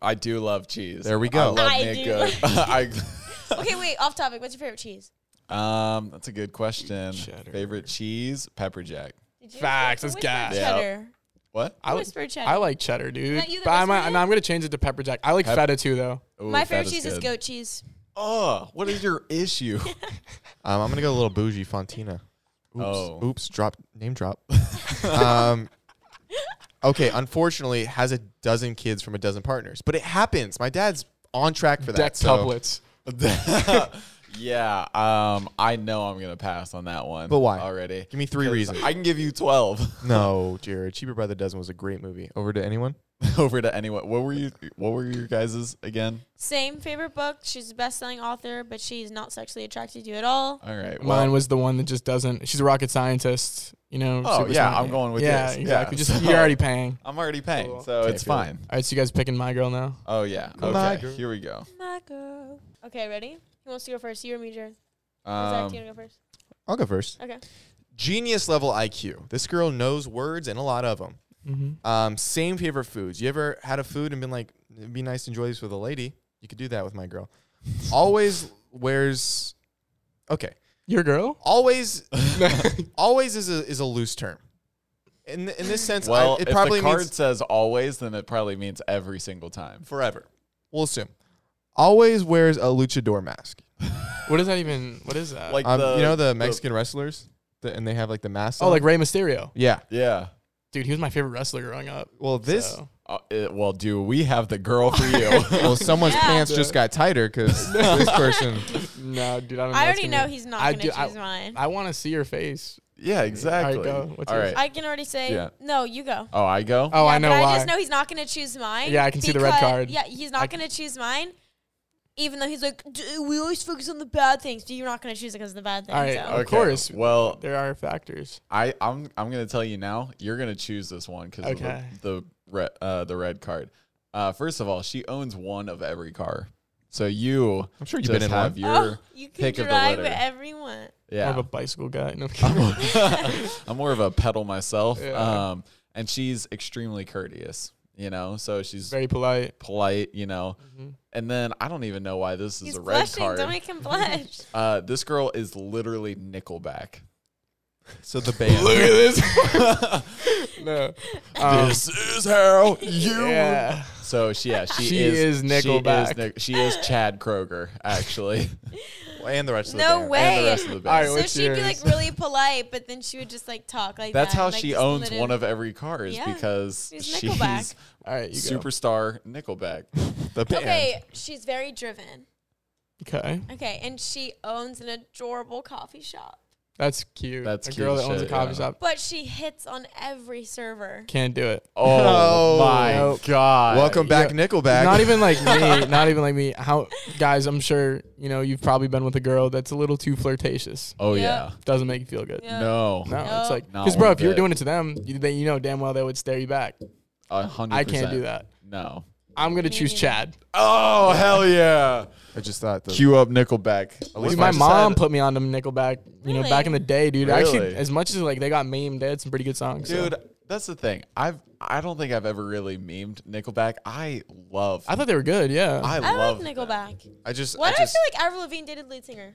I do love cheese.
There we go.
I love
I
me a
do
good. I-
Okay, wait. Off topic. What's your favorite cheese?
um, that's a good question.
Cheddar.
Favorite chease, pepper jack.
Did you
Facts,
whisper-
it's gas.
whisper
Yeah.
Cheddar.
What?
I, like-
Whisper cheddar.
I like cheddar, dude.
Not you that
but I might,
whispered
no,
it?
I'm gonna change it to pepper jack. I like
Pep-
feta too, though.
Ooh,
My
that
favorite cheese is
good.
goat cheese.
Oh, what is your issue?
Um, I'm gonna go a little bougie, Fontina. Oops,
Oh.
oops, drop name drop. um, okay, unfortunately, has a dozen kids from a dozen partners, but it happens. My dad's on track for that.
Deck
so-
couplets.
yeah. Um, I know I'm gonna pass on that one.
But why?
Already.
Give me three
'Cause
reasons.
I can give you twelve.
no, Jared, Cheaper by the Dozen was a great movie. Over to anyone?
Over to anyone. What were you? What were your guys's again?
Same favorite book. She's the best-selling author, but she's not sexually attracted to you at all.
All right. Well,
Mine was the one that just doesn't. She's a rocket scientist, you know.
Oh,
super
yeah,
smart.
I'm going with
yeah,
yours. Yeah,
exactly. Just
so-
you're already paying.
I'm already paying,
Cool.
so
Okay,
it's
cool.
fine.
All right, so you guys picking my girl now?
Oh yeah.
Cool. My
Okay.
girl.
Here we go.
My girl. Okay, ready? Who wants to go first? You or me, Jared? Or Zach,
Um,
do you want to go first?
I'll go first.
Okay.
Genius level IQ. This girl knows words and a lot of them.
Mm-hmm.
Um, same favorite foods. You ever had a food and been like, it'd be nice to enjoy this with a lady? You could do that with my girl. Always wears. Okay.
Your girl?
Always, always is a is a loose term. In th- in this sense, I-
well,
it
if
probably
the card
means
says always, then it probably means every single time.
forever. We'll assume. Always wears a luchador mask.
What does that even? What is that?
Uh, Like
Um,
the,
you know the Mexican wrestlers, The- and they have like the mask.
oh,
on?
like Rey Mysterio,
yeah.
yeah.
dude. He was my favorite wrestler growing up.
Well, this
so.
Uh, it- well, do we have the girl for you?
well, someone's
Yeah.
pants just got tighter because this person.
no, dude. I don't. Know
I
It's
already
gonna
know
be-
he's not
I
going to
do-
choose
I-
mine. I,
I want to see your face.
yeah, exactly.
go. What's
All
yours?
right.
can already say,
Yeah.
no, you go.
Oh, I go.
Uh,
Oh, I
Yeah,
know
but
why.
I just know he's not going to choose mine.
Yeah, I can see the red
because-
card.
Yeah, he's
I
not
c-
going to choose mine. Even though he's like, D- we always focus on the bad things. You're not going to choose it because of the bad things.
All right,
so.
of course.
Well,
there are factors.
I I'm I'm gonna tell you now. You're gonna choose this one because
Okay.
of the the red uh, the red card. Uh, first of all, she owns one of every car, so you
I'm sure you've
just
been in
have
one.
your
oh, you can
pick of the
drive
litter.
wherever you want.
I have
Yeah,
a bicycle guy. No,
I'm more of a pedal myself.
Yeah.
Um, and she's extremely courteous. You know, so she's
very polite.
polite. You know,
Mm-hmm.
and then I don't even know why this is
He's
a red
blushing.
card.
Don't make him blush.
Uh, this girl is literally Nickelback.
So the band.
Look at this. no. Um,
this is how you.
yeah.
Uh, So she, yeah, she,
She is
is,
Nickelback.
She is, Nic- she is Chad Kroger, actually.
and the rest of the
No
band.
way.
and the rest of the
All
band.
right,
So
what's
she'd be
yours?
like really polite, but then she would just like talk like
That's
that,
how
like,
she
just
owns
let it-
one of every car is
Yeah.
because
She's
she's,
Nickelback.
All right, you go.
superstar Nickelback.
The band.
Okay, she's very driven.
Okay,
Okay, and she owns an adorable coffee shop,
that's cute.
That's
a
cute
girl that
as
owns a
shit,
coffee
yeah.
shop.
but she hits on every server.
Can't do it.
Oh,
Oh,
my
nope.
god!
Welcome back,
Uh, yeah.
Nickelback.
Not even like me. Not even like me. How guys? I'm sure you know you've probably been with a girl that's a little too flirtatious.
Oh
Yeah.
yeah.
Doesn't make you feel good.
Yeah.
No.
No,
No.
it's like
Not
because bro,
one
if you were
bit.
doing it to them, you, they, you know damn well they would stare you back.
A hundred.
I can't do
percent.
that.
No.
I'm gonna choose
neither.
Chad.
Oh hell yeah!
I just thought the
Cue up Nickelback.
At least
Dude, my
I just
mom
had-
put me on to Nickelback. You know,
Really?
back in the day, dude. Actually,
Really?
as much as like they got maimed, they had some pretty good songs. so.
Dude, that's the thing. I've I don't think I've ever really memed Nickelback. I love.
I thought they were good. Yeah.
I,
I like
love
Nickelback.
I just
Why
I
do I
just,
feel like Avril Lavigne dated lead singer?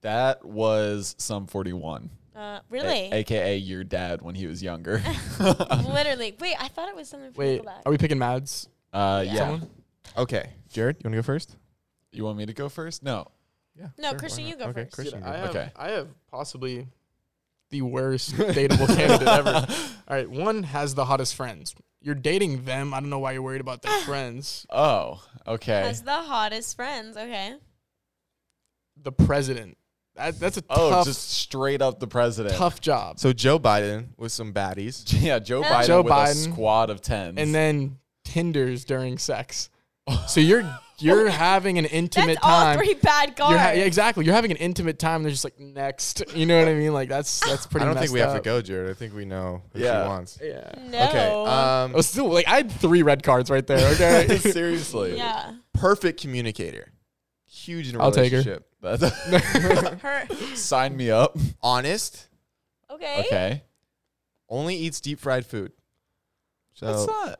That was some forty one,
Uh,
a-
really?
aka your dad when he was younger.
Literally. Wait, I thought it was something from
Wait,
Nickelback.
are we picking Mads?
Uh, yeah.
Someone?
okay, Jared, you want to go first?
You want me to go first? No.
Yeah.
No, sure, Christian, why you not? go
okay,
first.
Christian,
Dude,
you
I
go.
have,
Okay.
I have possibly the worst dateable candidate ever. All right, one has the hottest friends. You're dating them. I don't know why you're worried about their friends.
Oh, okay.
Has the hottest friends. Okay.
The president. That, that's a
Oh,
tough,
just straight up the president.
tough job.
So Joe Biden with some baddies.
Yeah, Joe
Oh.
Biden
Joe
with a
Biden.
squad of tens.
and then Tinder's during sex. So you're you're having an intimate
That's all
time.
three bad
You're
guards.
ha- yeah, exactly. You're having an intimate time. They're just like next. You know what I mean? Like that's that's
I
pretty.
don't think we have
messed
to
up.
go, Jared. I think we know who
Yeah.
she wants.
Yeah.
No.
Okay.
I
Um,
was still like I had three red cards right there. Okay.
Seriously.
yeah.
perfect communicator. Huge in a
I'll take her.
relationship.
That's-
Her.
Sign me up.
Honest.
Okay.
Okay.
Only eats deep fried food. So
That's not.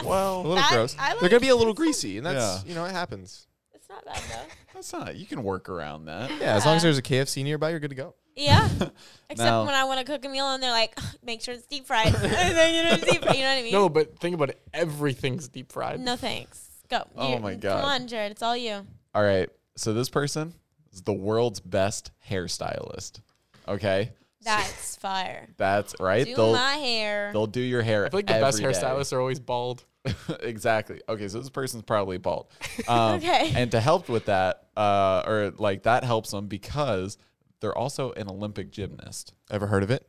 a
Well,
little
That-
gross.
I like-
They're gonna be a little greasy, and that's
Yeah.
you know it happens.
It's not bad though.
that's not. You can work around that.
Yeah, as long as
Yeah.
there's a KFC nearby, you're good to go.
Yeah. Except
Now-
when I want to cook a meal and they're like, make sure it's deep fried. And then you know it's deep fried. You know what I mean?
no, but think about it. Everything's deep fried.
No thanks. Go.
Oh
You-
my
Come
God.
on, Jared. It's all you.
All right. So this person is the world's best hairstylist. Okay.
That's fire.
That's right.
Do
they'll
my hair.
they'll do your hair.
I feel like the best
every day.
hairstylists are always bald.
exactly. Okay, so this person's probably bald. Um,
Okay.
And to help with that, uh, or like that helps them because they're also an Olympic gymnast.
Ever heard of it?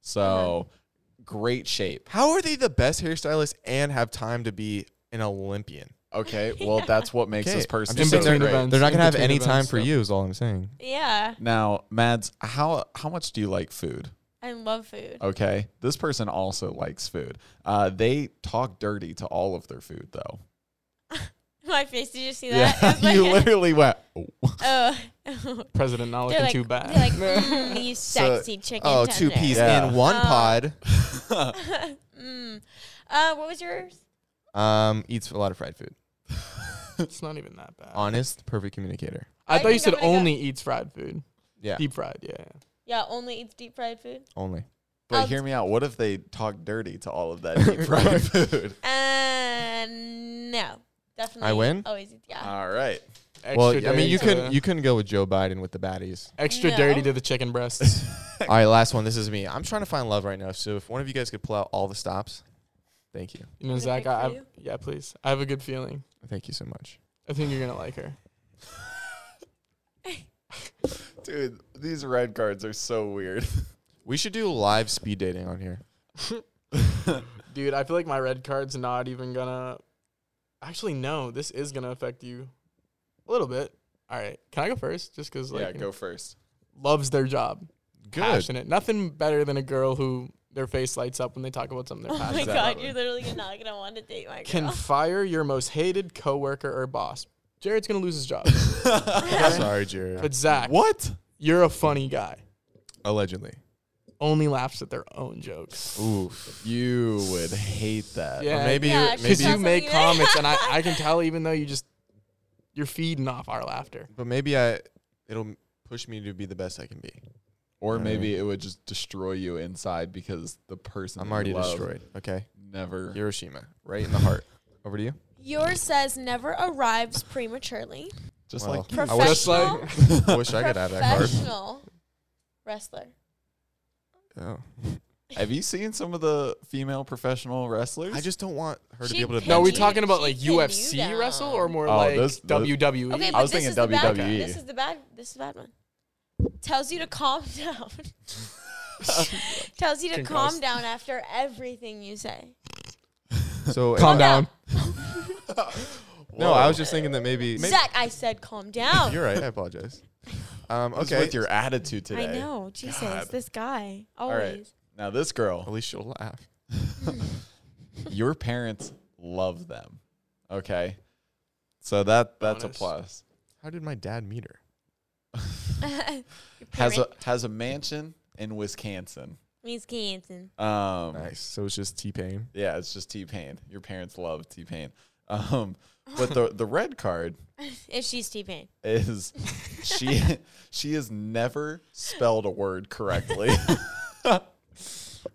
So
Uh-huh.
great shape.
How are they the best hairstylist and have time to be an Olympian?
Okay. Well, that's what makes
Okay,
this
I'm
person
just
so
saying they're-
great.
events.
They're not gonna have
In
any
between
time
events,
for
so-
you. Is all I'm saying.
Yeah.
Now, Mads, how how much do you like food?
I love
Oh.
food.
Okay, this person also likes food. Uh, they talk dirty to all of their food, though.
My face, did you see that? It was
you
like-
literally went. "Oh."
Oh.
President not looking
They're like,
too bad.
They're like, mm, you sexy chicken.
Oh, two
tender."
peas
Yeah.
in one
Oh.
pod.
Mm. Uh, what was yours?
Um, eats a lot of fried food.
it's not even that bad.
Honest, perfect communicator.
I
I
thought you
think
said
I'm gonna go-
only eats fried food.
Yeah,
Deep fried, yeah.
Yeah, only eats deep fried food.
only.
But
I'll-
hear me out. What if they talk dirty to all of that deep fried food?
Uh, no, definitely.
I win?
Always, eat- yeah.
All right.
Extra
Well, I mean,
dirty
you
to the-
couldn't you couldn't go with Joe Biden with the baddies.
extra
No.
dirty to the chicken breasts.
all right, last one. This is me. I'm trying to find love right now. So if one of you guys could pull out all the stops, thank you.
You know,
Can I
Zach,
pick
I,
for
I
you?
yeah, please. I have a good feeling.
Thank you so much.
I think you're gonna like her.
Dude, these red cards are so weird.
We should do live speed dating on here.
Dude, I feel like my red card's not even gonna. Actually, no. This is gonna affect you a little bit. All right, can I go first? Just because like
yeah,
you
go
know,
first.
loves their job,
Good.
passionate. Nothing better than a girl who their face lights up when they talk about something they're
Oh my
passionate.
god,
Exactly.
you're literally not gonna want to date my girl.
Can fire your most hated coworker or boss. Jared's gonna lose his job,
Sorry, Jared.
but Zach,
What?
you're a funny guy.
Allegedly.
Only laughs at their own jokes.
Oof.
You would hate that.
Yeah,
maybe
Yeah, she
because
maybe
sounds
you
That's
make
something-
comments, and I, I can tell even though you just you're feeding off our laughter.
but maybe I it'll push me to be the best I can be.
Or maybe it would just destroy you inside because the person
I'm
you
already
love
destroyed. Okay.
Never.
Hiroshima, right in the heart. Over to you.
Yours says never arrives prematurely.
Just
Well,
like you.
I
Professional,
wish,
professional
I wish I could have that card.
wrestler.
Oh.
Have you seen some of the female professional wrestlers?
I just don't want her to
She
be able to.
No, we
She-
talking about
she
like
pinned you
UFC wrestle or
down.
more
Oh,
like E?
those- those-
WWE?
Okay,
I
but
was
this
thinking
is the bad.
WWE.
This is the bad. This is the bad one. Tells you to calm down. Tells you to calm
Concussed.
down after everything you say.
So
Calm down.
No, I was just thinking that maybe. maybe
Zach, I said calm down.
you're right. I apologize. Um,
What's
okay.
with your attitude
I
today.
know. Jesus,
God.
this guy
All
always.
right. Now this
At
girl,
least she'll laugh.
your parents love them. Okay. So that that's
Bonus.
a plus.
How did my dad meet her?
Your
Has a
parent
has a mansion in Wisconsin.
means Canton. Oh
Um
Nice. So it's just T Pain.
yeah, it's just T Pain. Your parents love T Pain. Um but the the red card
If she's T Pain.
is she she has never spelled a word correctly.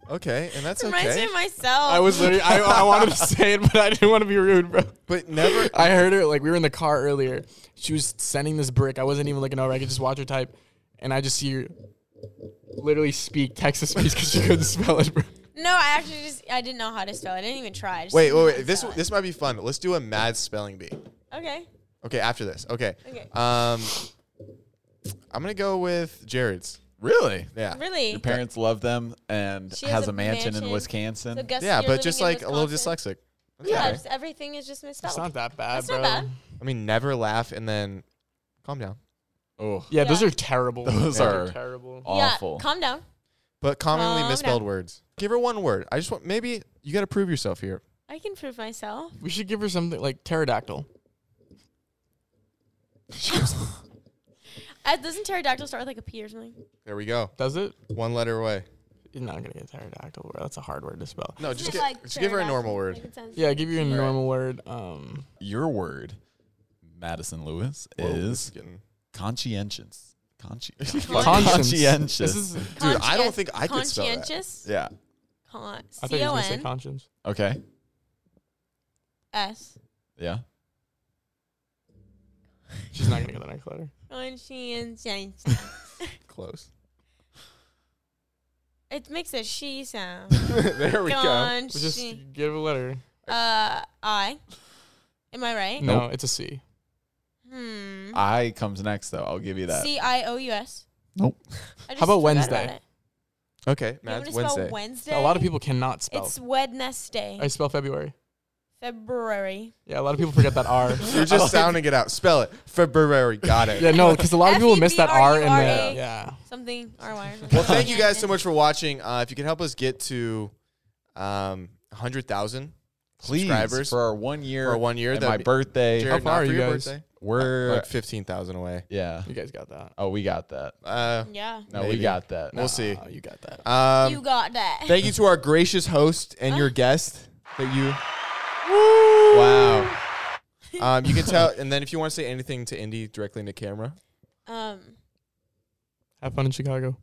Okay, and that's
Reminds me
okay.
of myself.
I was literally, I, I wanted to say it, but I didn't want to be rude, bro.
But never.
I heard her like we were in the car earlier. She was sending this brick. I wasn't even looking over. I could just watch her type, and I just see her literally speak Texas speech because she couldn't spell it. Bro.
no, I actually just I didn't know how to spell it. I didn't even try. I just
Wait,
didn't know
wait,
how
wait.
to
This
spell it.
this might be fun. Let's do a mad spelling bee.
Okay.
Okay, after this. Okay.
Okay.
Um, I'm gonna go with Jared's.
really?
Yeah.
Really?
Your parents love them and
She
has, a, mansion, in Wisconsin.
So Gus,
Yeah,
you're
but just
living in
like a little
Wisconsin.
dyslexic.
Yeah,
Okay.
just everything is just misspelled.
It's not that bad,
That's
bro.
not bad.
I mean, never laugh and then calm down.
oh,
Yeah, those
Yeah.
are terrible.
Those are-
terrible.
awful.
Yeah, calm down.
But commonly
Calm
misspelled
down.
words. Give her one word. I just want maybe you got to prove yourself here.
I can prove myself.
We should give her something like pterodactyl.
Uh, doesn't pterodactyl start with like a P or something?
There we go.
Does it?
One letter away.
You're not gonna get pterodactyl, bro. That's a hard word to spell.
No, just,
It's
get,
like
just give her a normal
pterodactyl.
word.
Like, it sounds-
Yeah, give you a normal word. Um,
Your word, Madison Lewis,
Whoa, this
is
getting-
conscientious. Consci-
conscience.
conscientious.
This is.
Dude, I don't
Conscientious-
think I could spell that.
Conscientious.
yeah.
Con-
I thought you were gonna say
C-O-N-S.
conscience.
Okay. Yeah.
She's not gonna get the next letter.
Conscientious.
close.
It makes a she sound.
there we go.
We just
Consci-
give a letter.
uh, I. Am I right?
No, it's a C.
Mm.
Hmm.
I comes next though. I'll give you that.
C I O U S.
Nope.
I just
about
forgot
Wednesday?
about it.
Okay,
You want
Mads,
me to spell
Wednesday.
Wednesday.
A lot of people cannot spell.
It's Wednesday.
I spell February.
February.
Yeah, a lot of people forget that R.
You're
Oh.
just sounding it out. Spell it. February. Got it.
yeah, no, because a lot of people miss that R in
F-E-B-R-U-R-A.
there. Yeah.
Something R Y.
Well, thank you guys so much for watching. Uh, if you could help us get to um, 100,000
Please
subscribers
for our one year.
for one year,
and
that'd
my
be-
birthday.
Jared,
How far
not
are
for
you
your
guys?
birthday?
We're
Like 15,000 away.
yeah.
You guys got that.
Oh, we got that.
Uh,
Yeah.
No, we
Maybe.
got that.
we'll see.
Oh, you got that.
Um,
You Ah. got that.
thank you to our gracious host and your guest that you. Wow. Um, you can tell, and then if you want to say anything to Indy directly into camera,
Um,
Have fun in Chicago.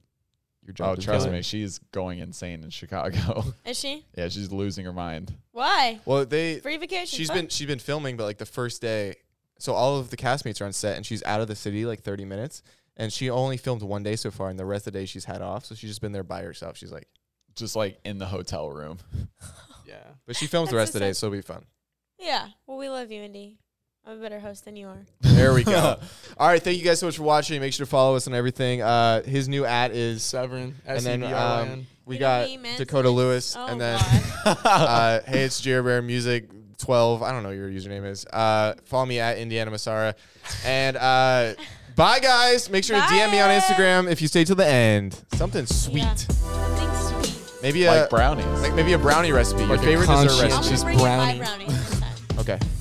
your job.
Oh,
is
trust
done.
me, she's going insane in Chicago.
is she?
yeah, she's losing her mind.
Why?
Well, they
Free vacation.
she's
fun.
been she's been filming, but like the first day, so all of the castmates are on set, and she's out of the city like 30 minutes, and she only filmed one day so far, and the rest of the day she's had off, so she's just been there by herself. She's like,
Just like in the hotel room.
Yeah.
but she films the
That's
rest of the
so
day, so it'll be fun.
Yeah. Well, we love you, Indy. I'm a better host than you are.
There we go. all right, thank you guys so much for watching. Make sure to follow us on everything. Uh, his new ad is.
Severin.
And then
E
um, we
You know
got
me, man.
Dakota Lewis,
Oh
and then
God.
uh, hey, it's Jared Bear Music Twelve. I don't know what your username is. Uh, follow me at Indiana Masara, and uh, bye guys. Make sure to DM me on
Bye.
Instagram if you stay till the end. Something sweet,
Yeah. Something sweet.
maybe a
like brownies.
like maybe a brownie recipe. Your
Like a
favorite dessert
conchie.
I'm
recipe.
gonna
She's
bring in my
brownie.
brownies this time.
Okay.